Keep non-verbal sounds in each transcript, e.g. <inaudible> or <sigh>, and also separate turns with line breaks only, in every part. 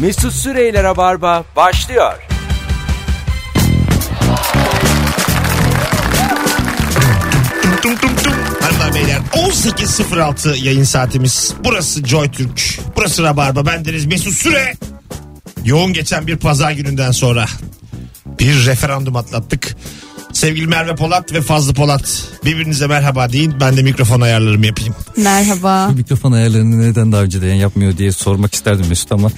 Mesut Süreyler'e barba başlıyor.
Tum tum tum. Hanımlar beyler 18.06 yayın saatimiz. Burası Joy Türk. Burası Rabarba. Bendeniz Mesut Süre. Yoğun geçen bir pazar gününden sonra bir referandum atlattık. Sevgili Merve Polat ve Fazlı Polat birbirinize merhaba deyin. Ben de mikrofon ayarlarımı yapayım.
Merhaba.
Mikrofon ayarlarını neden daha önceden yapmıyor diye sormak isterdim Mesut ama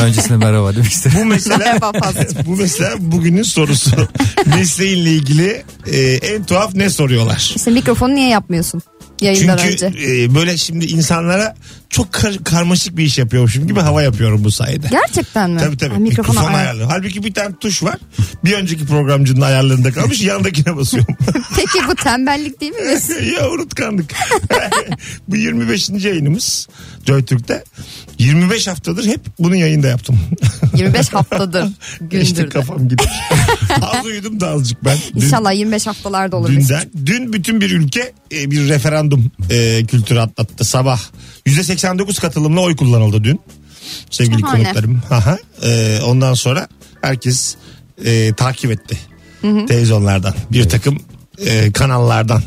<laughs>
öncesinde merhaba demek istedim.
Bu
<laughs>
mesele,
Merhaba Fazlı.
<laughs> bu mesela bugünün sorusu.
<laughs>
Mesleğinle ilgili e, en tuhaf ne soruyorlar?
İşte mikrofonu niye yapmıyorsun yayından
Çünkü
önce?
e, böyle şimdi insanlara çok kar- karmaşık bir iş yapıyormuşum gibi hava yapıyorum bu sayede.
Gerçekten mi?
Tabii tabii.
Ha,
mikrofon
mikrofonu ayar-
ayarlı. Halbuki bir tane tuş var. Bir önceki programcının ayarlarında kalmış. Yanındakine
<laughs>
basıyorum.
Peki bu tembellik değil mi? Mesut?
ya unutkanlık. <laughs> Bu 25. yayınımız JoyTürk'te. 25 haftadır hep bunu yayında yaptım. <laughs>
25 haftadır. Gündür.
işte
de.
kafam gidiyor.
<laughs>
az uyudum da azıcık ben. Dün-
İnşallah 25 haftalarda olur. Mesut.
Dünden, dün bütün bir ülke e, bir referandum e, kültürü atlattı sabah. %89 katılımla oy kullanıldı dün. Sevgili
Şahane.
konuklarım. Aha. E, ondan sonra herkes e, takip etti. Televizyonlardan. Bir takım e, kanallardan.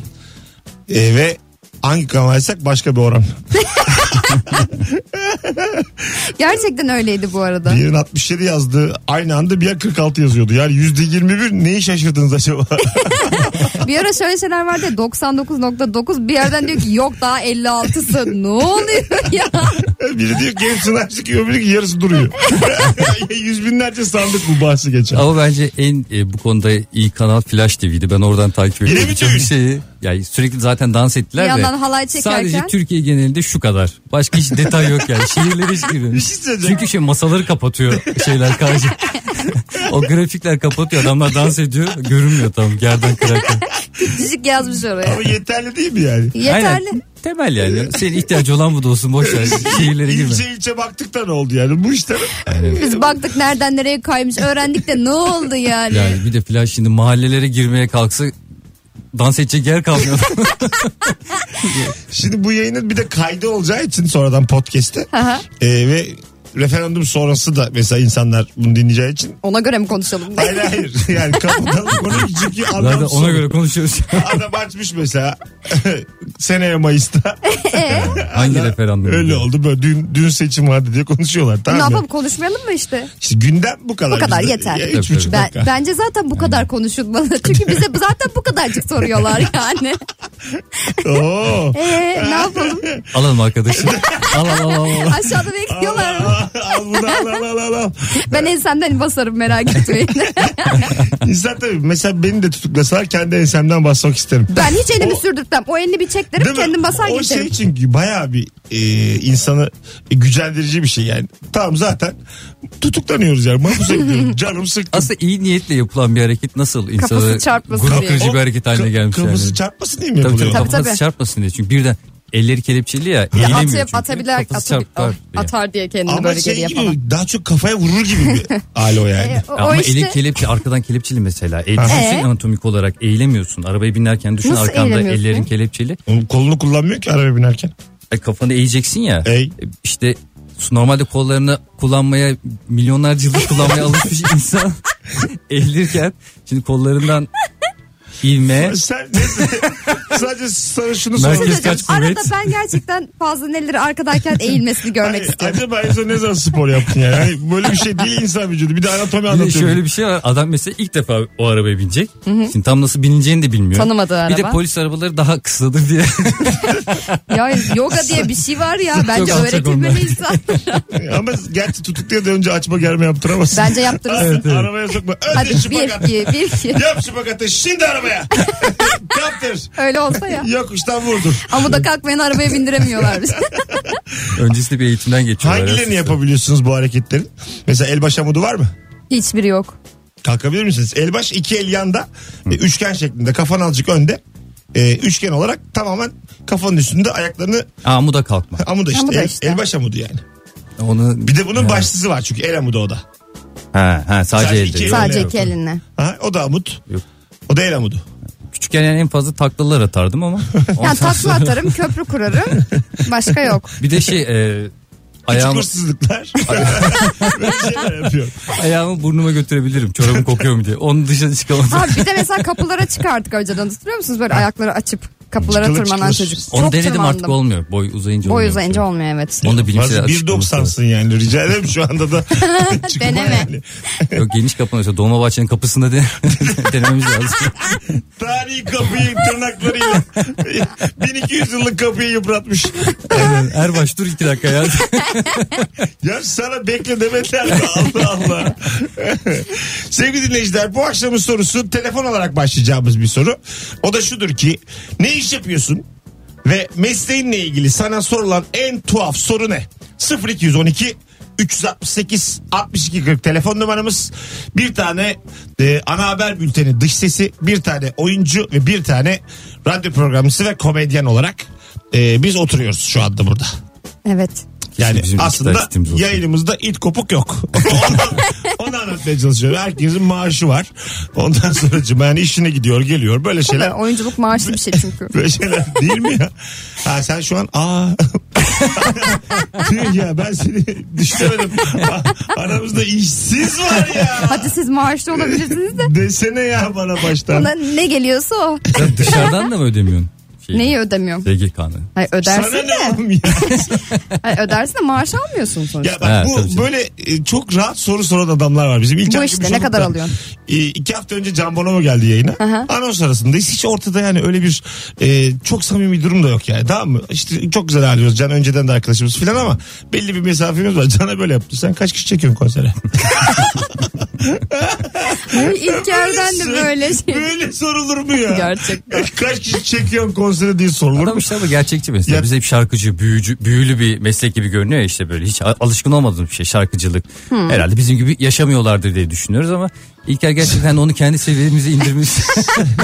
E, ve hangi kanaldaysak başka bir oran.
Gerçekten öyleydi bu arada.
Birinin 67 yazdığı aynı anda bir yer 46 yazıyordu. Yani %21 neyi şaşırdınız acaba?
Bir ara şöyle şeyler vardı ya 99.9 bir yerden diyor ki yok daha 56'sı. Ne oluyor ya?
Biri diyor ki hepsini açtık öbürü ki yarısı duruyor. <laughs> Yüz binlerce sandık bu bahsi geçen.
Ama bence en e, bu konuda iyi kanal Flash TV'ydi. Ben oradan takip
Yine
ediyorum.
mi
Birçok
düğün?
şeyi. Yani sürekli zaten dans ettiler
Bir
de.
yandan halay çekerken-
Sadece Türkiye genelinde şu kadar. Başka hiç detay yok yani. Şehirleri hiç
Bir
girmemiş.
şey söyleyeceğim.
Çünkü şey masaları kapatıyor şeyler karşı. o grafikler kapatıyor. Adamlar dans ediyor. Görünmüyor tam gerdan kırarken.
Cicik yazmış oraya.
Ama yeterli değil mi yani?
Yeterli.
Aynen. Temel yani. Senin ihtiyacı olan bu da olsun. Boş ver. Şehirlere girme.
İlçe ilçe baktık da ne oldu yani? Bu işte
Biz baktık nereden nereye kaymış öğrendik de ne oldu yani?
Yani bir de plaj şimdi mahallelere girmeye kalksa dans edecek
<laughs>
yer kalmıyor.
Şimdi bu yayının bir de kaydı olacağı için sonradan podcast'te.
Aha.
Ee, ve referandum sonrası da mesela insanlar bunu dinleyeceği için.
Ona göre mi konuşalım?
Hayır hayır. <laughs> Yani kapatalım konuyu çünkü
Zaten
anlamsız.
ona
<laughs>
göre konuşuyoruz.
Adam açmış mesela <laughs> seneye
<laughs>
Mayıs'ta
Hangi referandum?
öyle oldu böyle dün, dün seçim vardı diye konuşuyorlar
ne
tamam mı?
yapalım konuşmayalım mı işte?
İşte gündem bu kadar.
Bu kadar,
bizde.
yeter.
Ya, üç
Tabii,
buçuk
Ben,
dakika.
bence zaten bu kadar konuşulmalı.
<laughs>
Çünkü bize zaten bu kadarcık soruyorlar yani.
Oo.
<laughs> Ee, ne yapalım?
<laughs>
Alalım arkadaşı. al al al al.
Aşağıda bekliyorlar. mı?
Al bunu al al al al.
Ben ensemden basarım
<laughs>
merak etmeyin.
İnsan tabii mesela beni de tutuklasalar kendi ensemden basmak isterim.
Ben hiç elimi
O-
sürdürtmem. O elini bir çek derim
Değil mi?
kendim basar
O
geçerim.
şey çünkü bayağı bir e, insanı e, gücendirici bir şey yani. Tamam zaten tutuklanıyoruz yani. Mahpusa
<laughs>
gidiyoruz. Canım sıktı.
Aslında iyi niyetle yapılan bir hareket nasıl insanı
çarpmasın
grup
diye.
kırıcı bir hareket haline
Ka-
gelmiş
Kafası
yani.
çarpmasın diye mi
Tabii
yapılıyor?
tabii
Tabii,
kafası
tabii.
çarpmasın diye. Çünkü birden elleri kelepçeli ya.
Atı-
Eğilemiyor çünkü.
atabilir,
Kafası
atı-
çarpar diye.
atar diye kendini
Ama
böyle
şey
geriye
gibi
falan.
daha çok kafaya vurur gibi
<laughs>
bir hali o yani.
E, o, o
Ama
işte
eli kelepçe arkadan kelepçeli mesela. E,
Ha.
düşünsene
E?
anatomik olarak eğilemiyorsun. Arabaya binerken düşün
Nasıl
arkanda
eğilemiyorsun?
ellerin kelepçeli.
Oğlum kolunu kullanmıyor ki araba binerken.
E, kafanı eğeceksin ya.
Ey.
E, işte su- normalde kollarını kullanmaya milyonlarca yıldır kullanmaya alışmış
<laughs>
insan <laughs> eğilirken şimdi kollarından ivme
E, Sen <laughs> sadece sana şunu
Merkez
sormak
kaç
Hocam, arada
kuvvet?
ben gerçekten fazla elleri arkadayken eğilmesini görmek
Hani
istiyorum.
Acaba en son ne zaman spor yaptın yani? Hani böyle bir şey değil insan vücudu. Bir de anatomi
Bir de
anlatıyor.
şöyle bir şey var. Adam mesela ilk defa o arabaya binecek. Şimdi tam nasıl bineceğini de bilmiyor.
Tanımadığı
Bir de
araba.
polis arabaları daha kısadır diye. <laughs>
Ya yoga diye bir şey var ya bence
alçak
öğretilmeli
onlar.
insan.
Ama gerçi tutukluya da önce açma germe yaptıramazsın.
Bence yaptırırsın.
Evet, evet.
Arabaya sokma. Önce
Hadi bir
şıpakat.
iki bir iki.
Yap şıpakatı şimdi arabaya. <laughs> Yaptır.
Öyle olsa ya.
Yokuştan vurdur.
Amuda kalkmayan arabaya bindiremiyorlar bizi.
Öncesinde bir eğitimden geçiyorlar.
Hangilerini
aslında.
yapabiliyorsunuz bu hareketlerin? Mesela el baş amudu var mı?
<laughs> Hiçbiri yok.
Kalkabilir misiniz? El baş iki el yanda e, üçgen şeklinde kafan azıcık önde. E, üçgen olarak tamamen kafanın üstünde ayaklarını
Aa, amuda kalkma.
amuda işte.
Amuda
el,
işte.
el baş amudu yani.
Onu...
Bir de bunun başsızı var çünkü el amudu o da.
Ha, ha, sadece,
Sadece
elde.
iki-
Sadece
yok.
iki elinle.
Ha, o da amut.
Yok.
O da el amudu.
Küçükken yani en fazla
<laughs>
taklalar atardım ama.
Yani
Ondan
takla atarım, köprü kurarım. Başka yok.
Bir de şey e, Ayağım,
hırsızlıklar. <laughs> Böyle şeyler yapıyor.
ayağımı burnuma götürebilirim. Çorabım kokuyor mu diye. Onun dışına çıkamadım.
Ha bir de mesela kapılara çıkardık önceden hatırlıyor musunuz? Böyle ayakları açıp kapılara
Çıkılır,
tırmanan
çıkılır.
çocuk.
Onu
Çok
denedim
tırmandım.
artık olmuyor. Boy uzayınca
Boy
olmuyor.
uzayınca olmuyor evet.
Onu da bilimsel
Fazla
açıklaması var.
1.90'sın yani rica ederim şu anda
<laughs>
da. Çıkma
Deneme.
yani.
<laughs> Yok geniş kapanıyorsa Dolmabahçe'nin kapısında de <laughs> denememiz lazım.
Tarihi kapıyı tırnaklarıyla <laughs> 1200 yıllık kapıyı yıpratmış.
Aynen. Erbaş dur iki dakika ya.
Ya sana bekle demediler mi? <laughs> Allah Allah. <laughs> Sevgili dinleyiciler bu akşamın sorusu telefon olarak başlayacağımız bir soru. O da şudur ki ne iş yapıyorsun ve mesleğinle ilgili sana sorulan en tuhaf soru ne? 0212 368 62 40 telefon numaramız. Bir tane e, ana haber bülteni dış sesi, bir tane oyuncu ve bir tane radyo programcısı ve komedyen olarak e, biz oturuyoruz şu anda burada.
Evet.
Yani
Bizim iki tane
aslında
sitemiz olsun.
yayınımızda it kopuk yok. onu, onu anlatmaya çalışıyorum. Herkesin maaşı var. Ondan sonra yani işine gidiyor geliyor. Böyle
Tabii,
şeyler
Ee, oyunculuk maaşlı bir şey
<laughs>
çünkü.
böyle şeyler değil mi ya? Ha sen şu an aa <laughs> Diyor ya ben seni düşünemedim. A- Aramızda işsiz var ya.
Hadi siz maaşlı olabilirsiniz de.
Desene ya bana baştan.
Ona ne geliyorsa o.
Sen dışarıdan da mı ödemiyorsun? Şeyi,
Neyi ödemiyorum?
SGK'nı.
Hayır ödersin
Sana ne
de.
oğlum ya?
Hayır, ödersin de maaş almıyorsun sonuçta.
Ya bak
Ha, tabii
bu
canım.
böyle e, çok rahat soru soran adamlar var. Bizim İlker
Bu işte, ne
Gümüşoluk'tan,
kadar alıyorsun?
e, iki hafta önce Can Bonomo geldi yayına. Anons arasındayız. Hiç ortada yani öyle bir e, çok samimi durum da yok yani. Tamam mı? İşte çok güzel ağırlıyoruz. Can önceden de arkadaşımız filan ama belli bir mesafemiz var. Can'a böyle yaptı. Sen kaç kişi çekiyorsun
<laughs>
konsere?
İlk yerden de böyle
<laughs>
şey.
Böyle sorulur mu ya?
<laughs>
E,
Gerçekten.
Kaç kişi çekiyorsun konsere diye sorulur
Adam
mu?
işte bu gerçekçi mesela.
Ya-
Bize hep şarkıcı, büyücü, büyülü bir meslek gibi görünüyor ya işte böyle. Hiç a- alışkın olmadığım bir şey şarkıcılık.
Hmm.
Herhalde bizim gibi yaşamıyorlardır diye düşünüyoruz ama İlker gerçekten onu kendi seviyemize
<laughs>
indirmiş.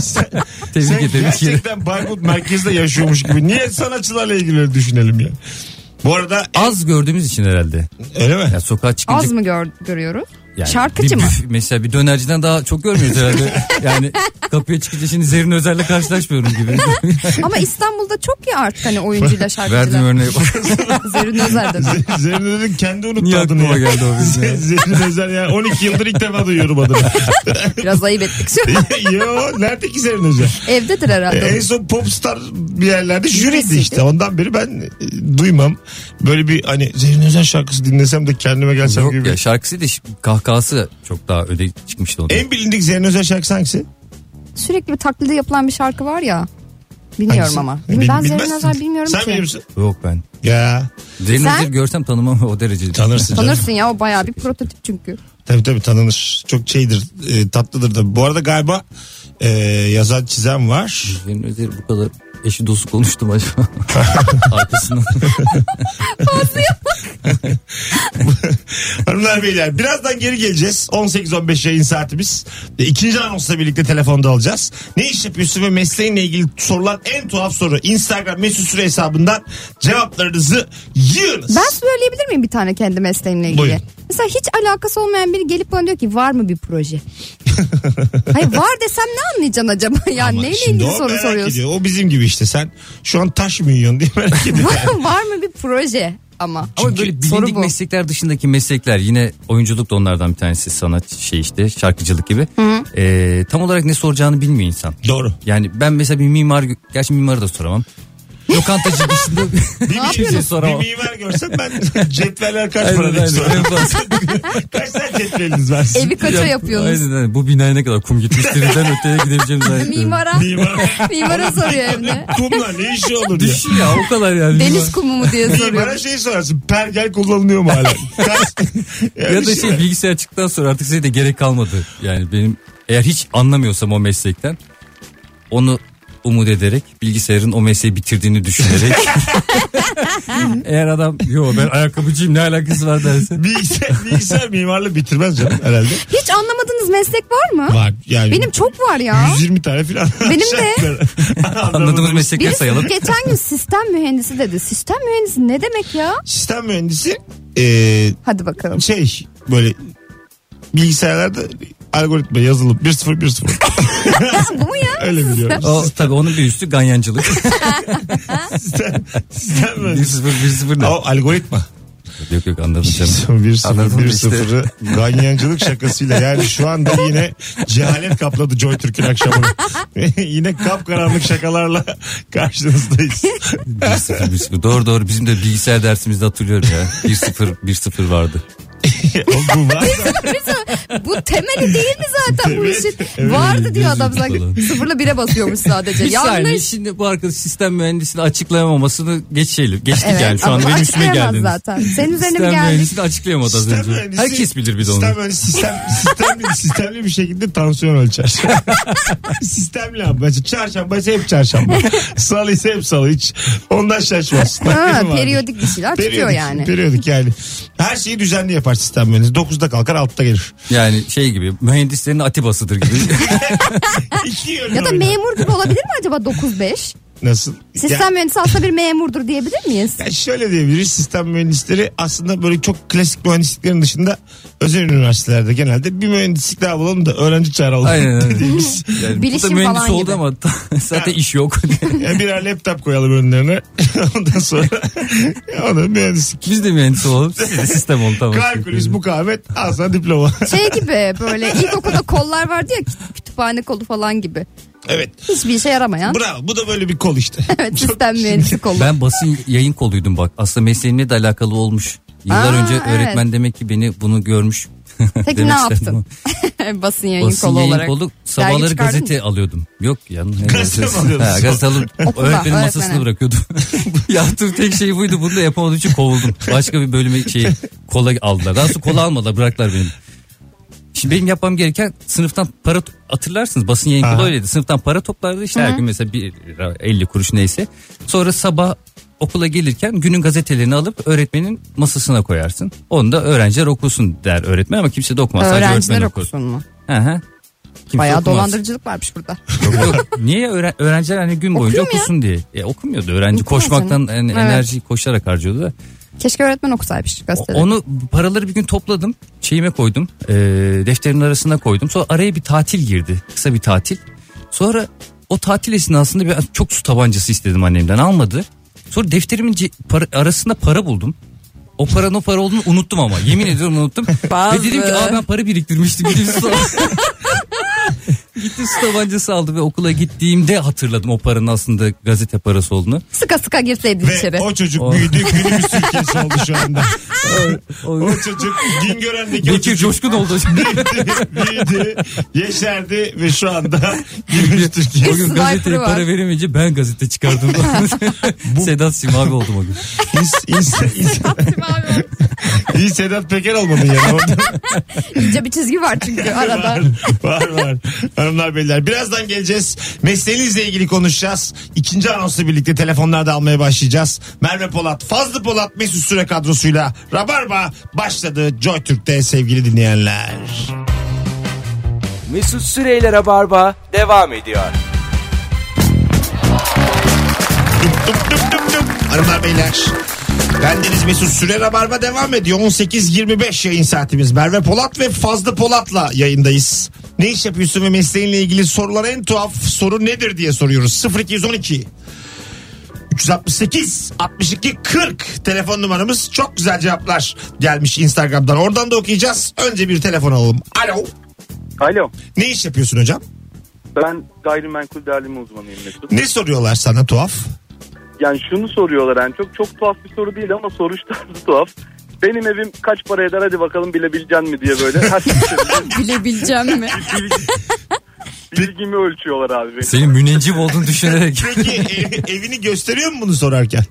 Sen
Tebrik ederim.
gerçekten Baykut merkezde yaşıyormuş gibi. Niye sanatçılarla ilgili öyle düşünelim ya? Bu arada
Az gördüğümüz için herhalde.
öyle mi?
Ya sokağa çıkınca
Az mı gör, görüyoruz?
Yani
Şarkıcı
bir
mı?
büf- mesela bir dönerciden daha çok görmüyoruz <laughs> herhalde. yani kapıya çıkınca şimdi Zerrin Özel'le karşılaşmıyorum <laughs> gibi.
<laughs>
Ama İstanbul'da çok ya artık hani oyuncuyla
Verdiğim
şarkıcılar.
örneğe bak.
<laughs> Zerrin Özer dedi.
<laughs> Zerrin Özel'in kendi unuttu
Niye
adını
aklıma
ya. <laughs>
geldi o bizim ya?
Zerrin Özel yani 12 yıldır ilk defa duyuyorum adını. <laughs>
Biraz ayıp ettik şu an.
Yo nerede ki Zerrin Özel?
Evdedir
E,
herhalde.
En son popstar bir yerlerde jüriydi
Jürisiydi.
işte. Ondan beri ben e, duymam. Böyle bir hani Zerrin Özel şarkısı dinlesem de kendime gelsem
Yok
gibi.
ya şarkısı da şi- kahkahası çok daha öde çıkmıştı onun.
En bilindik Zerrin Özel şarkısı hangisi?
Sürekli bir taklidi yapılan bir şarkı var ya. Bilmiyorum
Hangisi?
ama.
Bil-
ben Zerrin
bilmezsin.
Özer bilmiyorum
Sen
ki.
biliyor musun?
Yok ben.
Ya
Zerrin
Sen?
Özel'i görsem tanımam o derece.
tanırsın canım.
Tanırsın ya o bayağı bir prototip çünkü.
Tabii tabii tanınır. Çok şeydir e, tatlıdır da. Bu arada galiba e, yazan çizen var.
Zerrin Özel bu kadar eşi dostu konuştum acaba. Arkasından.
Hanımlar beyler birazdan geri geleceğiz. 18-15 yayın saatimiz. E, İkinci anonsla birlikte telefonda alacağız. Ne iş yapıyorsun ve mesleğinle ilgili sorulan en tuhaf soru. Instagram mesut süre hesabından cevaplarınızı yığınız.
Ben söyleyebilir miyim bir tane kendi mesleğimle ilgili?
Buyurun.
Mesela hiç alakası olmayan biri gelip bana diyor ki var mı
<laughs>
bir proje? Hayır var desem ne anlayacaksın acaba? <laughs> Ya
Ama
neyle
şimdi
ilgili
o
soru
merak
soruyorsun?
ediyor. O bizim gibi işte sen şu an taş mı yiyorsun diye
<laughs>
merak ediyor.
var mı bir proje ama?
Ama
Çünkü
böyle
soru
bilindik
bu.
meslekler dışındaki meslekler yine oyunculuk da onlardan bir tanesi sanat şey işte şarkıcılık gibi. Ee, tam olarak ne soracağını bilmiyor insan.
Doğru.
Yani ben mesela bir mimar gerçi mimarı da soramam. Lokantacı <laughs> dışında
Bir,
kimseye
bir, bir
soramam.
mimar görsem ben <laughs> cetveller kaç
Aynen,
para diye
aynen.
sorarım.
En fazla.
Kaç tane cetveliniz var sizin?
Evi kaça yapıyorsunuz?
Aynen, aynen. Bu binaya ne kadar kum gitmiştir. Ben öteye gidebileceğim zannetmiyorum.
Mimara.
Mimar.
<laughs>
Mimara soruyor evde.
Kumla ne işi olur diye.
Düşün ya o kadar yani.
Deniz kumu mu diye
Mimara
soruyor.
şey sorarsın. Pergel kullanılıyor mu
<laughs>
hala? Kaç-
ya da
Bir
şey bilgisayar çıktıktan sonra artık size de gerek kalmadı. Yani benim eğer hiç anlamıyorsam o meslekten onu umut ederek bilgisayarın o mesleği
<laughs>
bitirdiğini düşünerek eğer adam yo ben ayakkabıcıyım ne alakası var derse
Bilgisayar, bilgisayar mimarlığı bitirmez canım herhalde.
Hiç anlamadığınız meslek var mı?
Var yani.
Benim çok var ya.
120 tane falan.
<laughs> Benim de.
<laughs>
anladığımız meslekleri sayalım.
Birisi geçen gün sistem mühendisi dedi. Sistem mühendisi ne demek ya?
Sistem mühendisi eee,
Hadi bakalım.
şey böyle bilgisayarlarda algoritma yazılıp 1-0-1-0
<laughs> Bu mu ya?
öyle biliyorum.
O tabii onun bir üstü ganyancılık.
sistem, sistem mühendisi.
1-0 1-0 ne?
O algoritma.
Yok yok anladım <laughs> canım.
1-0
Anladım işte.
1-0'ı ganyancılık şakasıyla yani şu anda yine cehalet kapladı Joy Türk'ün akşamını. <laughs> yine kapkaranlık şakalarla karşınızdayız.
1-0, 1-0. Doğru doğru bizim de bilgisayar dersimizde hatırlıyorum ya. 1-0 1-0 vardı.
Oğlum bu varsa
Bu temeli değil mi zaten bu işin?
evet.
Vardı diyor adam
Gözlük
sanki.
falan.
Sıfırla bire basıyormuş sadece.
Bir saniye
Yanlış.
şimdi bu arkadaş sistem mühendisini açıklayamamasını geçelim. Geçtik yani şu
ama
an benim üstüme
açıklayamaz
geldiniz.
zaten. Senin üzerine mi
Sistem
geldik?
mühendisini açıklayamadı az
sistem
önce.
mühendisi-
Herkes bilir bir de onu.
Sistem mühendisi sistem, sistemli, sistemli bir şekilde tansiyon ölçer. <laughs> sistemli abi. Mesela çarşamba ise hep çarşamba. salı ise hep salı. Hiç ondan şaşmaz.
Ha,
Vardır.
periyodik bir şeyler çıkıyor
Periyodik,
yani.
Periyodik yani. Her şeyi düzenli yapar sistem mühendisi. 9'da kalkar 6'da gelir.
Yani şey gibi mühendislerin atibasıdır <laughs> gibi.
İki yönlü
Ya da
oynar.
memur gibi olabilir mi acaba 9-5?
Nasıl?
Sistem mühendisi aslında bir memurdur diyebilir miyiz?
Ya şöyle diyebiliriz sistem mühendisleri aslında böyle çok klasik mühendisliklerin dışında özel üniversitelerde genelde bir mühendislik daha bulalım da öğrenci çağıralım <laughs>
Aynen, aynen.
dediğimiz.
Yani bu
Bilişim
da mühendis
falan
oldu
gibi.
ama <laughs> zaten iş yok. <laughs>
Yani birer laptop koyalım önlerine <laughs> ondan sonra <laughs> ona mühendislik.
Biz de mühendis olalım. Siz de sistem olun tamam.
Kalkülüs, mukavemet, asla diploma. <laughs>
Şey gibi böyle ilkokulda kollar vardı ya kütüphane kolu falan gibi.
evet.
Hiçbir işe yaramayan.
Bravo. Bu da böyle bir kol işte. <laughs>
Evet sistem mühendisi kolu.
Ben basın yayın koluydum bak. Aslında mesleğimle de alakalı olmuş. Yıllar
Aa,
önce
evet.
öğretmen demek ki beni bunu görmüş. <laughs>
Peki
demek
ne
istedim ama.
yaptın? <laughs> Basın yayın
Basın
kolu
yayın
olarak.
kolu
Dergi
sabahları
çıkardın mı?
gazete alıyordum. Yok yanına.
Gazete mi alıyordun?
Ha, gazete alıp
Okula,
öğretmenin
öğretmene.
masasına bırakıyordum. <laughs> Yaptığım tek şey buydu. Bunu da yapamadığım için kovuldum. Başka bir bölüme şey kola aldılar. Daha sonra kola almadılar bıraktılar beni. Şimdi benim yapmam gereken sınıftan para to- hatırlarsınız basın yayın
Aha.
kolu öyleydi. Sınıftan para toplardı işte her gün mesela 1 lira 50 kuruş neyse. Sonra sabah okula gelirken günün gazetelerini alıp öğretmenin masasına koyarsın. Onu da öğrenciler okusun der öğretmen ama kimse de okumaz. Sadece
Öğrenciler
öğretmen okur.
okusun mu?
Hı hı. Kimse
Bayağı
okumaz.
dolandırıcılık varmış burada.
Yok, yok.
<laughs>
Niye öğren- öğrenciler hani gün boyunca
Okuyor mu ya?
okusun diye. E, okumuyordu öğrenci
Okumuyor
koşmaktan
canım.
en-
Evet.
enerjiyi koşarak harcıyordu da.
Keşke öğretmen okusaymış
O-
gazetede.
Onu paraları bir gün topladım şeyime koydum e, defterimin arasına koydum. Sonra araya bir tatil girdi kısa bir tatil. Sonra o tatil esnasında bir çok su tabancası istedim annemden almadı. Sonra defterimin ce- para- arasında para buldum. O paranın o para olduğunu unuttum ama. Yemin ediyorum unuttum.
Bazı.
Ve dedim ki Aa, ben para biriktirmiştim. Gidip su <laughs> Gittim su tabancası aldım ve okula gittiğimde hatırladım o paranın aslında gazete parası olduğunu.
Sıka sıka girseydin
Ve
içeri.
o çocuk
O-
büyüdü. Günümüz Türkiye'si oldu şu
<laughs>
anda.
O,
O çocuk Güngören'deki o
Bekir
çocuk
coşkun oldu.
<laughs> büyüdü, yeşerdi ve şu
<laughs>
anda günümüz Türkiye.
o gün
Sniper'ı
gazeteye
var.
para veremeyince ben gazete çıkardım. <laughs> Sedat Simavi oldum o gün.
İns, ins, ins,
Abi,
iyi Sedat Peker olmadın yani. Orada
<laughs> İnce bir çizgi var
<laughs>
çünkü arada.
var, var, var. Hanımlar beyler birazdan geleceğiz. Mesleğinizle ilgili konuşacağız. İkinci anonsla birlikte telefonlarda almaya başlayacağız. Merve Polat, Fazlı Polat, Mesut Süre kadrosuyla Rabarba başladı Joy Türk'te sevgili dinleyenler.
Mesut Süreyler'e barba devam ediyor.
Hanımlar beyler. Bendeniz Mesut Süre Rabarba devam ediyor. 18.25 yayın saatimiz. Merve Polat ve Fazlı Polat'la yayındayız. Ne iş yapıyorsun ve mesleğinle ilgili sorulara en tuhaf soru nedir diye soruyoruz. 0212 368 62 40 telefon numaramız. Çok güzel cevaplar gelmiş Instagram'dan. Oradan da okuyacağız. Önce bir telefon alalım. Alo.
Alo.
Ne iş yapıyorsun hocam?
Ben gayrimenkul değerleme uzmanıyım Mesut.
Ne soruyorlar sana tuhaf?
Yani şunu soruyorlar en çok. Çok tuhaf bir soru değil ama soruş tarzı tuhaf. Benim evim kaç para eder hadi bakalım bilebilecek mi
<laughs>
diye böyle. Her
Bilebileceğim mi?
bilgimi ölçüyorlar abi. benim.
Senin müneccim
<laughs>
olduğunu düşünerek.
Peki e- evini gösteriyor mu bunu sorarken?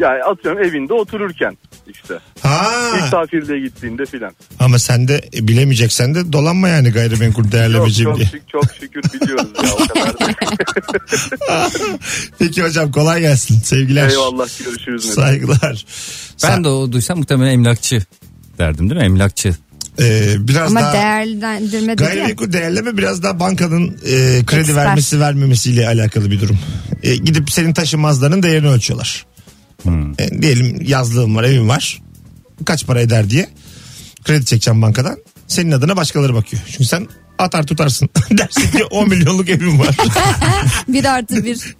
Yani atıyorum evinde otururken işte.
Ha.
Misafirliğe gittiğinde filan.
Ama sen de e, bilemeyeceksen de dolanma yani gayrimenkul
Çok,
değerlemeciyim
çok,
diye.
şük- çok şükür biliyoruz ya o
<laughs>
kadar. da.
Peki hocam kolay gelsin. Sevgiler.
Eyvallah görüşürüz. Mesut.
Saygılar.
Ben de o duysam muhtemelen emlakçı derdim değil mi? Emlakçı.
Ee, biraz
Ama
daha
değerlendirme dedi ya.
gayrimenkul değerleme biraz daha bankanın e, kredi
Expert.
vermesi vermemesiyle alakalı bir durum. E, gidip senin taşınmazlarının değerini ölçüyorlar. E, diyelim yazlığım var, evim var. Kaç para eder diye kredi çekeceğim bankadan. Senin adına başkaları bakıyor. Çünkü sen atar <laughs>
<laughs>
tutarsın. Dersin ki 10 milyonluk evim var.
<laughs>
Bir artı bir.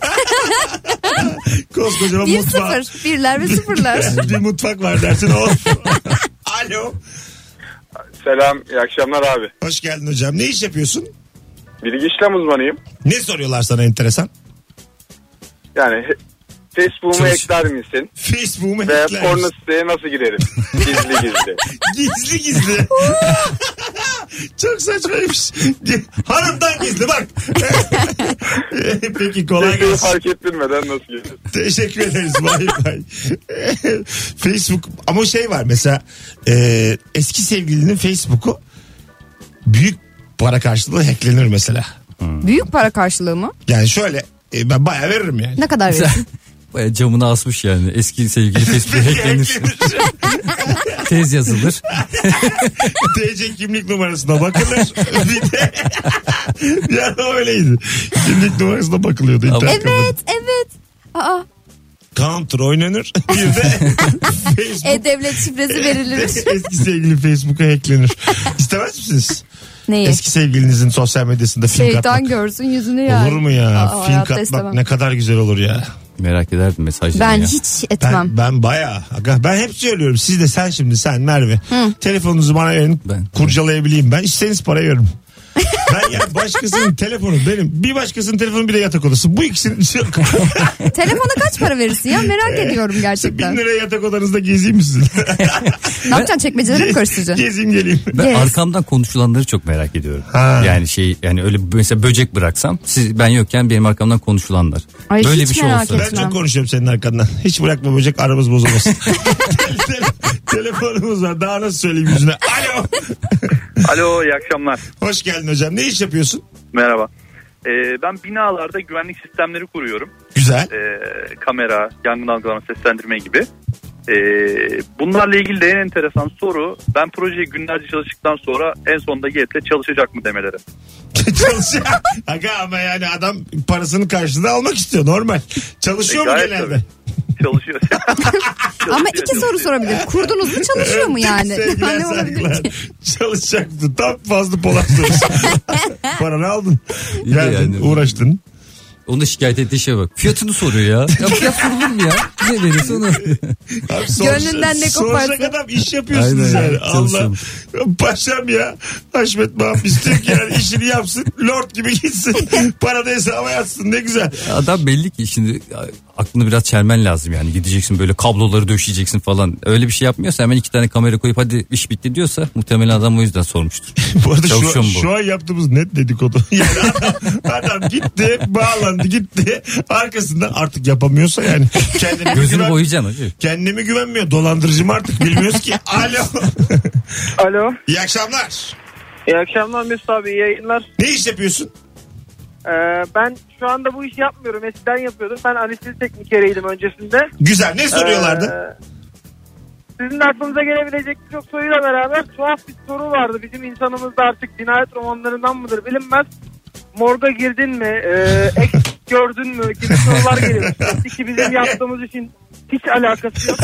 Koskocaman
Bir
mutfağı.
sıfır. Birler ve sıfırlar.
<laughs>
<laughs>
bir mutfak var dersin o. <laughs> Alo.
Selam, iyi akşamlar abi.
Hoş geldin hocam. Ne iş yapıyorsun?
Bilgi işlem uzmanıyım.
Ne soruyorlar sana enteresan?
Yani he- Facebook'umu
Çalış.
ekler misin?
Facebook'umu
Ve
hackler
porno
misin?
siteye
<laughs>
nasıl girerim? Gizli gizli.
Gizli gizli. <laughs> Çok saçmaymış. Hanımdan gizli bak. <laughs> Peki <laughs> kolay
Kimseyi
gelsin.
fark ettirmeden nasıl girerim?
Teşekkür ederiz. Bay bay. <laughs> Facebook ama şey var mesela e, eski sevgilinin Facebook'u büyük para karşılığı hacklenir mesela.
Büyük para karşılığı mı?
Yani şöyle e, ben bayağı veririm yani. <laughs>
Ne kadar verirsin?
Baya camını asmış yani. Eski sevgili Facebook'a hacklenir.
<laughs>
Tez yazılır.
<laughs> TC kimlik numarasına bakılır. <laughs> Bir de ya da öyleydi. Kimlik numarasına bakılıyordu. internet kafede.
evet evet. Aa,
Counter oynanır. <laughs> Bir de Facebook.
e-devlet e, şifresi
<laughs>
verilir.
Eski sevgili Facebook'a hacklenir. İstemez misiniz?
Neyi?
Eski sevgilinizin sosyal medyasında film
Şeytan
katmak.
görsün yüzünü yani.
Olur mu ya?
Aa,
film
hayatta
katmak
istemem.
ne kadar güzel olur ya.
Merak ederdim mesajları
Ben
ya.
hiç
Ben, <laughs>
etmem.
ben bayağı. aga, Ben hep söylüyorum. Siz de sen şimdi sen Merve. Telefonunuzu bana verin.
Ben.
Kurcalayabileyim ben. İsteniz para veririm. ben ya başkasının telefonu benim. Bir başkasının telefonu bir de yatak odası. Bu ikisinin yok.
Telefona kaç para verirsin ya
<laughs>
merak ediyorum
Bin
gerçekten.
lira yatak odanızda gezeyim mi sizin?
Ne yapacaksın çekmeceleri mi karıştıracaksın?
Gezeyim geleyim.
Ben
Yes.
arkamdan konuşulanları çok merak ediyorum.
Ha.
Yani şey yani öyle mesela böcek bıraksam siz ben yokken benim arkamdan konuşulanlar.
Ay,
Böyle
hiç
bir şey
merak
olsa.
Ben
etmem.
çok konuşuyorum senin arkandan. Hiç bırakma böcek aramız bozulmasın. <laughs> Tele- Telefonumuz var. Daha nasıl söyleyeyim yüzüne? Alo.
Alo iyi akşamlar.
Hoş geldin hocam. Ne iş yapıyorsun?
Merhaba. Ee, ben binalarda güvenlik sistemleri kuruyorum.
Güzel.
Ee, kamera, yangın algılama, seslendirme gibi. Ee, bunlarla ilgili de en enteresan soru ben projeyi günlerce çalıştıktan sonra en sonunda yetle çalışacak mı demeleri.
Çalışıyor. Aga ama yani adam parasını karşılığında almak istiyor normal. Çalışıyor
E,
mu
gayet
genelde?
Çalışıyor. <laughs> Çalışıyor,
Ama iki soru
çalışıyor.
sorabilir. Kurdunuz mu çalışıyor mu yani?
Sevgiler
ne olabilir
saygılar.
ki?
Çalışacaktı. Tam fazla Polat sorusu.
<laughs>
Paranı aldın.
İyi
Geldin
yani.
uğraştın.
Onu da şikayet ettiği şeye bak. Fiyatını soruyor ya. ya fiyat sorulur mu ya? Ne verirse onu.
Abi sor-
Gönlünden ne koparsa.
Soracak adam iş yapıyorsunuz
Aynen,
yani. Allah.
çalışıyorum.
Paşam ya. Haşmet Mahmut istiyor ki yani işini yapsın. Lord gibi gitsin. Para da hesaba yatsın. Ne güzel.
Adam belli ki şimdi aklını biraz çelmen lazım yani. Gideceksin böyle kabloları döşeyeceksin falan. Öyle bir şey yapmıyorsa hemen iki tane kamera koyup hadi iş bitti diyorsa muhtemelen adam o
<laughs>
yüzden sormuştur.
Bu arada şu, an-
Çalışıyorum bu.
şu an yaptığımız net dedikodu. <laughs> Yani adam, adam gitti, bağlandı, gitti. Arkasından artık yapamıyorsa yani. Kendine
Gözünü
güven-
boyayacaksın hacı.
Kendime güvenmiyor. Dolandırıcım artık bilmiyoruz
<laughs>
ki. Alo.
Alo.
İyi akşamlar.
İyi akşamlar Mesut abi. iyi yayınlar.
Ne iş yapıyorsun?
Ee, ben şu anda bu işi yapmıyorum. Eskiden yapıyordum. Ben anestezi teknikeriydim öncesinde.
Güzel. Ne soruyorlardı?
Ee, sizin de aklınıza gelebilecek birçok soruyla beraber tuhaf bir soru vardı. Bizim insanımızda artık cinayet romanlarından mıdır bilinmez. Morga girdin mi? Ee, ex gördün mü? Gibi sorular geliyor. Tabii ki bizim yaptığımız işin hiç alakası yok.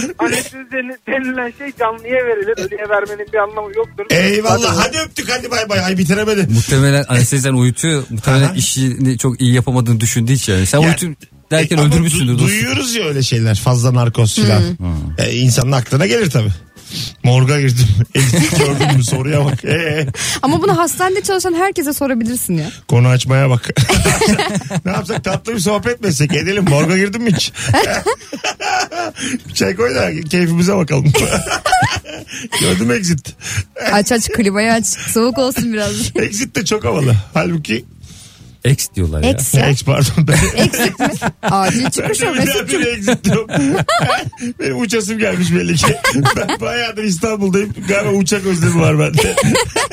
Çünkü Anestezi deni- denilen şey canlıya verilir. Ölüye vermenin bir anlamı yoktur.
E- Eyvallah. Hadi öptük. Hadi bay bay. Ay bitiremedi.
Muhtemelen anesteziden uyutuyor. Muhtemelen
Aha.
işini çok iyi yapamadığını düşündüğü için. yani. Sen
Yani-
uyutur derken
E, ama
öldürmüşsündür.
du-
dostum.
duyuyoruz ya öyle şeyler. Fazla narkoz filan. E, insanın aklına gelir tabii. Morga girdim. <laughs> Eksik gördün mü soruya bak. Ee,
Ama bunu hastanede çalışan herkese sorabilirsin ya.
konu açmaya bak. <laughs> ne yapsak tatlı bir sohbet mi etsek? Edelim morga girdim mi hiç? <laughs> Bir Çay koy da keyfimize bakalım. <laughs> Gördün mü exit?
Aç aç klimayı aç. Soğuk olsun biraz.
Exit de çok havalı. Halbuki
Ex diyorlar ya.
Ex ya.
ex pardon. Ben,
Eksik mi? Acil
ben <laughs>
çıkış o
de
Mesut'cum.
birdenbire exit
<laughs>
diyorum. Benim uçasım gelmiş belli ki. Ben bayağıdır İstanbul'dayım. Galiba uçak özlemi var bende.